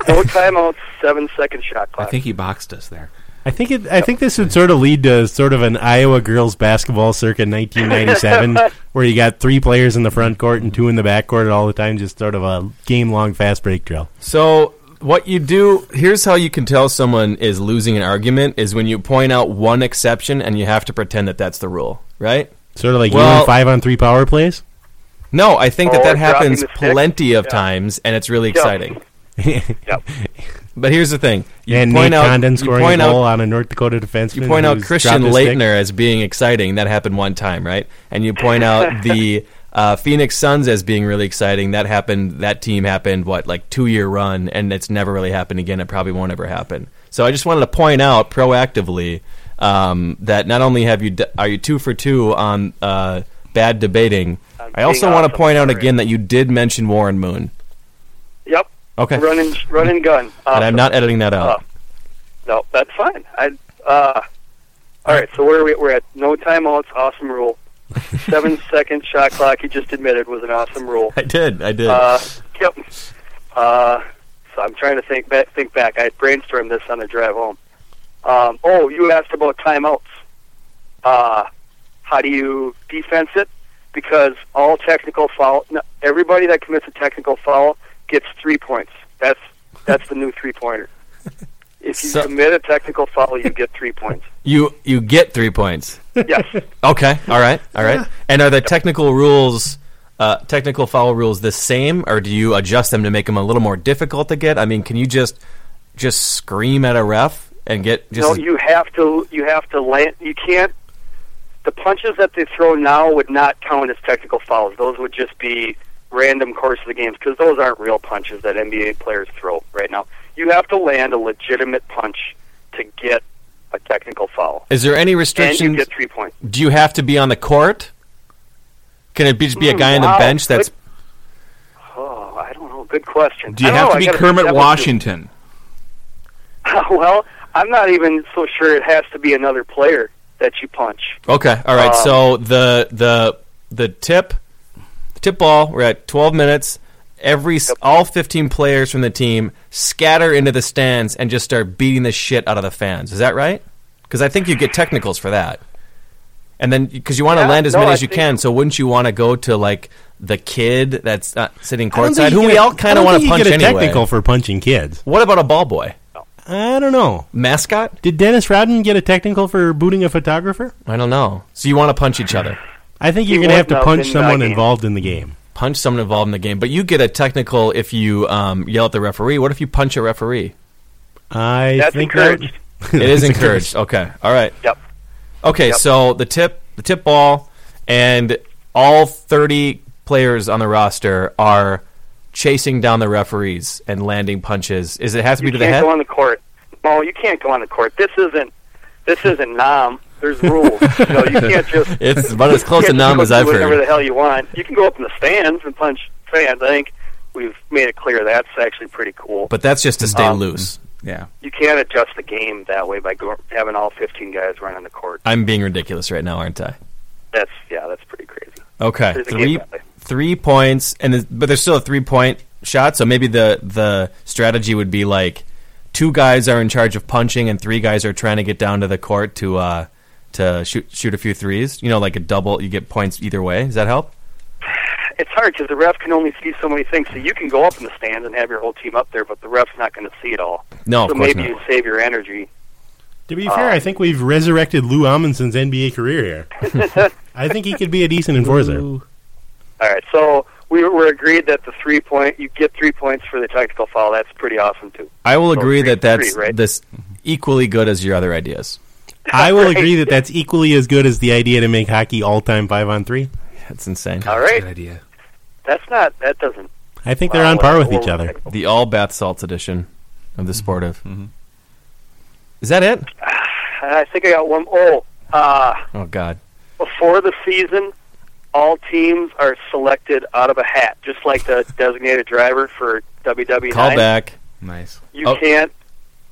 no timeouts, seven second shot I clock. think he boxed us there. I think it, I think this would sort of lead to sort of an Iowa girls basketball circa 1997, where you got three players in the front court and two in the back court all the time, just sort of a game long fast break drill. So what you do here's how you can tell someone is losing an argument is when you point out one exception and you have to pretend that that's the rule, right? Sort of like you Well- and five on three power plays, No, I think that Or that dropping happens the stick. plenty of Yeah. times, and it's really Yeah. exciting. Yep. But here's the thing: you and point Nate out, Condon you scoring point a goal out, on a North Dakota defenseman. you point out who's Christian dropped his stick. Leitner as being exciting. That happened one time, right? And you point out the uh, Phoenix Suns as being really exciting. That happened. That team happened what like two year run, and it's never really happened again. It probably won't ever happen. So I just wanted to point out proactively um, that not only have you d- are you two for two on uh, bad debating, On I also being want to awesome, point out sorry. again that you did mention Warren Moon. Yep. Okay. Run and run and gun. And I'm Awesome. not editing that out. Oh. No, that's fine. I uh, all right. So where are we? We're at no timeouts. Awesome rule. Seven second shot clock. You just admitted was an awesome rule. I did. I did. Uh, yep. Uh, so I'm trying to think back. Think back. I brainstormed this on the drive home. Um, oh, you asked about timeouts. Uh, how do you defense it? Because all technical foul, no, everybody that commits a technical foul gets three points. That's that's the new three pointer. If you So- commit a technical foul, you get three points. you you get three points. Yes. Okay. All right. All right. And are the technical rules, uh, technical foul rules, the same, or do you adjust them to make them a little more difficult to get? I mean, can you just just scream at a ref and get just? no, you have to. You have to land. You can't. The punches that they throw now would not count as technical fouls. Those would just be random course of the games because those aren't real punches that NBA players throw right now. You have to land a legitimate punch to get a technical foul, is there any and you restrictions? get three points. do you have to be on the court? Can it be, just be a Hmm, guy on the wow. bench that's? Oh, I don't know. Good question. Do you I don't have know. to I be gotta Kermit step up to- Washington? well, I'm not even so sure it has to be another player that you punch. Okay. All right. Um, so the the the tip tip ball. We're at 12 minutes. Every s all 15 players from the team scatter into the stands and just start beating the shit out of the fans. Is that right? Because I think you get technicals for that. And then because you want to Yeah, land as no, many I as you think- can, so wouldn't you want to go to like the kid that's not sitting I don't think courtside, you who get we a- all kind I don't of want think to you punch get a anyway? Technical for punching kids. What about a ball boy I don't know. mascot? Did Dennis Rodman get a technical for booting a photographer? I don't know. So you want to punch each other? I think you're He going to have was to not punch in that someone game. involved in the game. punch someone involved in the game, but you get a technical if you um, yell at the referee. What if you punch a referee? I That's think encouraged. That, It is encouraged. Okay. All right. Yep. Okay. So the tip, the tip ball, and all thirty players on the roster are chasing down the referees and landing punches. Is it has to be you to the can't head? go on the court. No, you can't go on the court. This isn't this isn't nom. There's rules. you know, you can't just It's about as you close to can't just numb go as do I've whatever heard. the hell you want. You can go up in the stands and punch fans. I think we've made it clear that's actually pretty cool. But that's just to stay Um, loose. Yeah. you can't adjust the game that way by go- having all 15 guys run on the court. I'm being ridiculous right now, aren't I? That's yeah, that's pretty crazy. Okay, There's a game three that way. three points, and there's- but there's still a three point shot. So maybe the the strategy would be like two guys are in charge of punching and three guys are trying to get down to the court to uh, to shoot shoot a few threes. You know, like a double, you get points either way. Does that help? It's hard because the ref can only see so many things. So you can go up in the stands and have your whole team up there, but the ref's not going to see it all. No, of so course not. maybe you save your energy. To be fair, I think we've resurrected Lou Amundsen's NBA career here. I think he could be a decent enforcer. All right, so we were agreed that the three point you get three points for the technical foul. That's pretty awesome too. I will So agree three- that that's three, right? this equally good as your other ideas. I will agree that that's equally as good as the idea to make hockey all time five on three. That's insane. All right, idea. that's not that doesn't. I think they're on par with each other. The all bath salts edition of the sportive. Is that it? I think I got one. Oh, uh, Oh God. before the season, all teams are selected out of a hat, just like the designated driver for E WWE. Call back. Nice. You Oh. can't.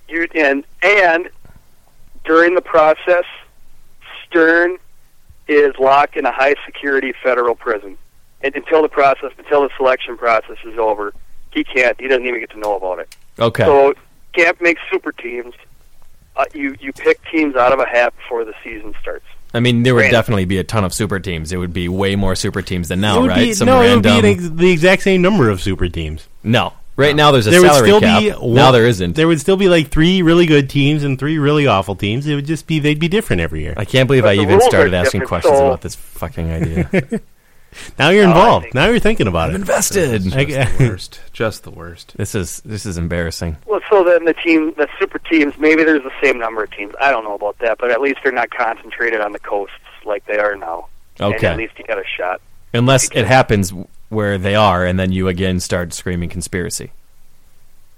You and and during the process, Stern is locked in a high security federal prison, and until the process, until the selection process is over, he can't. He doesn't even get to know about it. Okay. So can't make super teams. Uh, you you pick teams out of a hat before the season starts. I mean, there would Random. definitely be a ton of super teams. It would be way more super teams than now, it would right? be, Some no, random. it would be an ex- the exact same number of super teams. no, right now there's a there would salary still cap. be now there isn't. There would still be like three really good teams and three really awful teams. It would just be they'd be different every year. I can't believe But I the even rules are started asking different, questions so- about this fucking idea. Now you're Oh, No, I involved. think- now you're thinking about it. Invested. I- Just the worst. Just the worst. This is this is embarrassing. Well, so then the team, the super teams, maybe there's the same number of teams. I don't know about that, but at least they're not concentrated on the coasts like they are now. And Okay. at least you got a shot. Unless it happens where they are, and then you again start screaming conspiracy.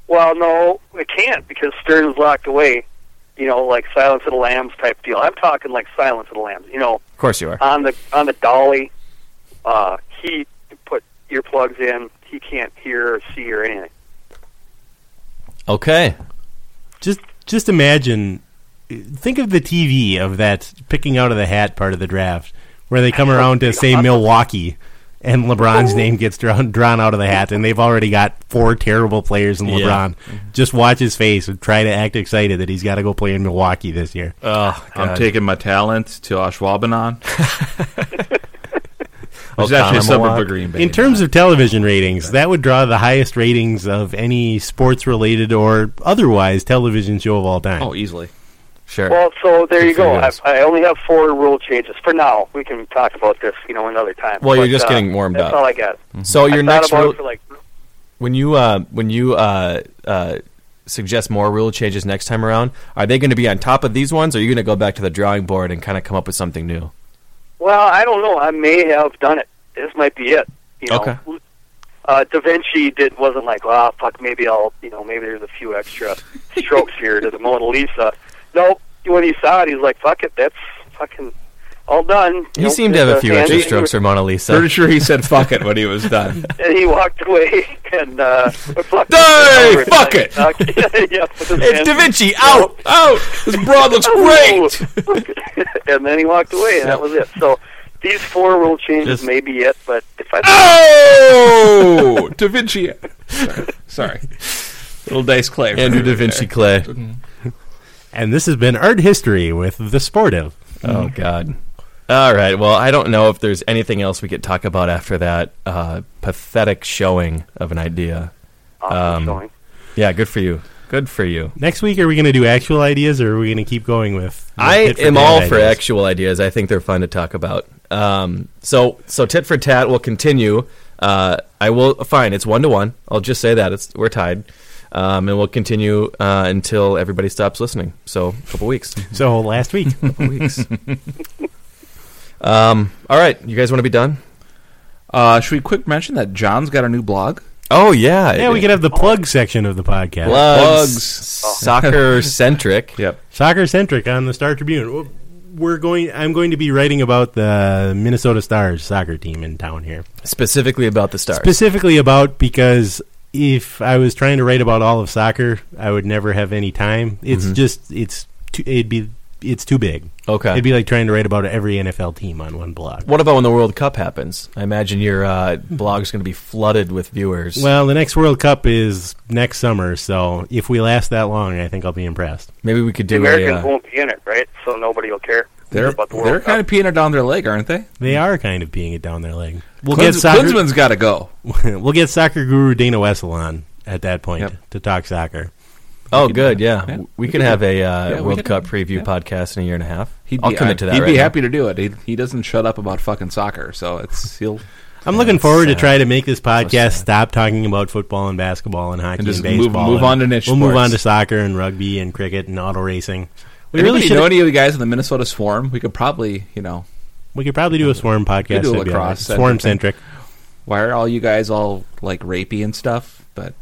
Well, no, it can't because Stern's locked away. You know, like Silence of the Lambs type deal. I'm talking like Silence of the Lambs. You know, Of course you are. on the on the dolly, uh, he put earplugs in. He can't hear or see or anything. Okay. Just just imagine think of the TV of that picking out of the hat part of the draft where they come around to say Milwaukee and LeBron's name gets drawn, drawn out of the hat and they've already got four terrible players in Yeah. Mm-hmm. LeBron. Just watch his face and try to act excited that he's got to go play in Milwaukee this year. Oh, I'm taking my talent to Ashwaubenon. Which is actually a Oconomowoc. suburb of Green Bay. In terms of television ratings, that would draw the highest ratings of any sports related or otherwise television show of all time. oh, easily. sure. Well, so there Good you for go. you I, guys. I only have four rule changes for now. We can talk about this, you know, another time. Well, you're But, just uh, getting warmed that's up. Mm-hmm. all I got. so I your thought next about rule it for like when you uh, when you uh, uh, suggest more rule changes next time around, are they going to be on top of these ones? Or are you going to go back to the drawing board and kind of come up with something new? Well, I don't know. I may have done it. This might be it. You know? Okay. Uh, da Vinci did wasn't like, ah, fuck. Maybe I'll, you know, maybe there's a few extra strokes here to the Mona Lisa. Nope. When he saw it, he's like, fuck it. That's fucking all done. He Nope, uh, seemed to have a there's few hand- extra strokes for Mona Lisa. Pretty sure he said fuck it when he was done. And he walked away and uh, fuck Hey, fuck it. yeah, with his It's hand- Da Vinci out, out. this broad looks great! and then he walked away, and that was it. So these four rule changes may be it, but if I Oh! Da Vinci. Sorry. Sorry. Little dice clay. for Andrew me there. Da Vinci Clay. And this has been Art History with The Sportive. Oh God. All right. Well, I don't know if there's anything else we could talk about after that uh, pathetic showing of an idea. Awesome Um, showing. Yeah, good for you. Good for you. Next week, are we going to do actual ideas or are we going to keep going with. I tit for am tat all ideas? for actual ideas. I think they're fun to talk about. Um, so so tit for tat will continue. Uh, I will fine. It's one to one. I'll just say that it's we're tied, um, and we'll continue uh, until everybody stops listening. So a couple weeks. So last week, couple weeks. um, all right, you guys want to be done? Uh, should we quick mention that John's got a new blog? Oh yeah, yeah, we could have the plug section of the podcast. plugs, Plugs. soccer centric. Yep. Soccer centric on the Star Tribune. We're going. I'm going to be writing about the Minnesota Stars soccer team in town here. specifically about the stars. specifically about because if I was trying to write about all of soccer, I would never have any time. It's just it's too, it'd be it's too big. Mm-hmm. Okay. It'd be like trying to write about every NFL team on one blog. What about when the World Cup happens? I imagine your uh, blog's going to be flooded with viewers. Well, the next World Cup is next summer, so if we last that long, I think I'll be impressed. Maybe we could The do Americans a. uh, won't be in it, right? So nobody will care. They're, about the World they're Cup. kind of peeing it down their leg, aren't they? They Mm. are kind of peeing it down their leg. We'll Klinsman's get soccer. got to go. we'll get soccer guru Dana Wessel on at that point Yep. to talk soccer. oh, good. Yeah, Yeah, we, we could could have do- a uh, yeah, we World could- Cup preview yeah. podcast in a year and a half. He'd I'll be- commit I- to that. He'd right be now. happy to do it. He, he doesn't shut up about fucking soccer, so it's he'll I'm looking forward to sad. try to make this podcast sad. stop talking about football and basketball and hockey And just move- baseball. move and on to niche We'll move sports. on to soccer and rugby and cricket and auto racing. We We really really know should. any of you guys in the Minnesota Swarm. We could probably, you know, We could probably do a swarm podcast. do That'd be all right. lacrosse, I Swarm think. centric. why are all you guys all like rapey and stuff? But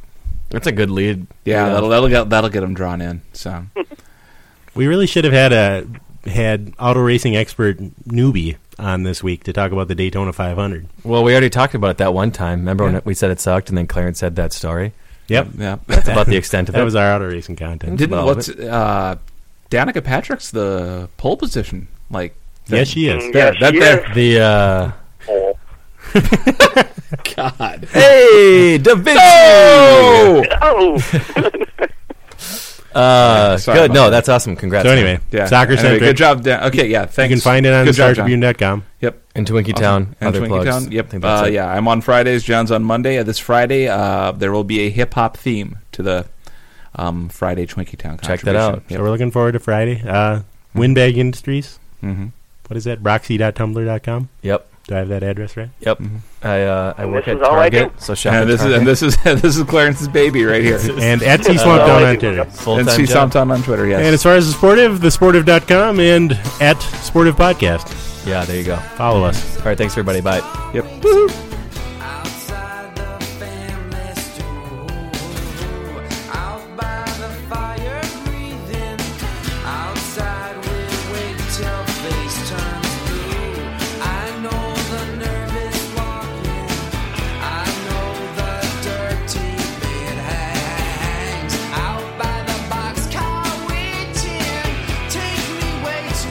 That's a good lead. yeah, that'll that'll get that'll get them drawn in. So We really should have had a had auto racing expert newbie on this week to talk about the Daytona 500. Well, we already talked about it that one time. Remember when we said it sucked, and then Clarence said that story. Yep, yeah, That's about the extent of that it. was our auto racing content. didn't about what's uh, Danica Patrick's the pole position? Like, that- Yes, she is. Mm, There, yes, that she there. is. the uh, Oh. God. hey, Da Vinci. Oh. Uh, Sorry good. about No, that. that's awesome. Congrats. So man. anyway, Yeah. soccer Anyway, centric. Good job, Dan. Okay, yeah. You Thanks. can find it on Good job, John. StarTribune.com. Yep. and Twinkie Awesome. Town. And other Twinkie plugs. Town. I Yep. think that's Uh, it. yeah, I'm on Fridays. John's on Monday. Uh, this Friday, uh, there will be a hip hop theme to the um, Friday Twinkie Town. Check that out. So we're looking forward to Friday. Uh, Windbag Industries. Mm-hmm. What is that? Roxy.tumblr.com. Yep. Do I have that address right? Yep. I uh, I And work this at is all I do? Target, so shop at And Mm-hmm. this is Target. and this is this is Clarence's baby right here. And at Sea Uh, Swamp Oh, Down I on do. Twitter. full-time and see job. Somtown on Twitter. Yes. And as far as the sportive, thesportive.com and at sportive podcast. Yeah, there you go. All Follow us. right, thanks everybody. Bye. yep. Outside the family store, out by the fire breathing. Outside we wait till face turns blue. I know the nerve is walking. I know the dirty bed hangs. Out by the boxcar waiting. Take me way to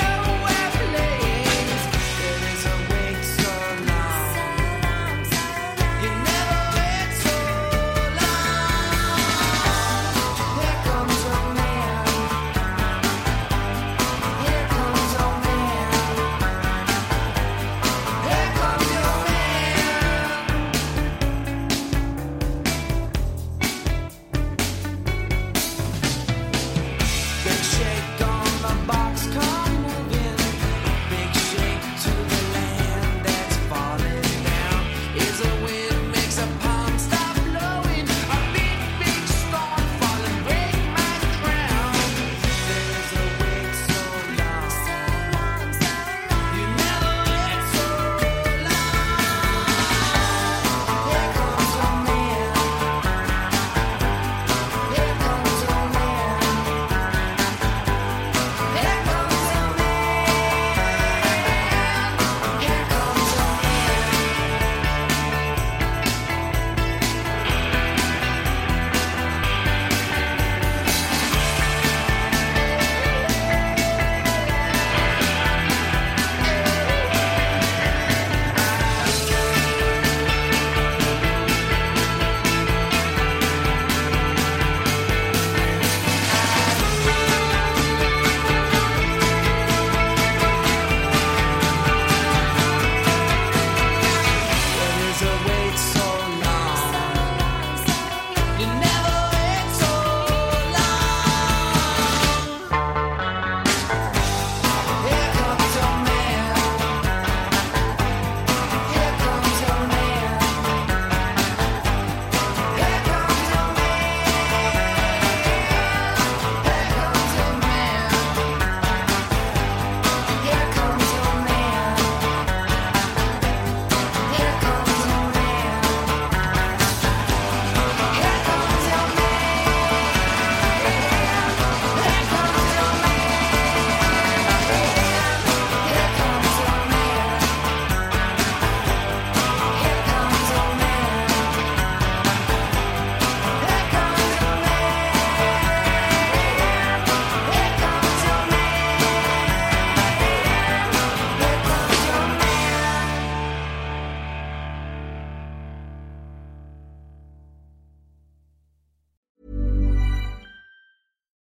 nowhere place. There is a wait so long.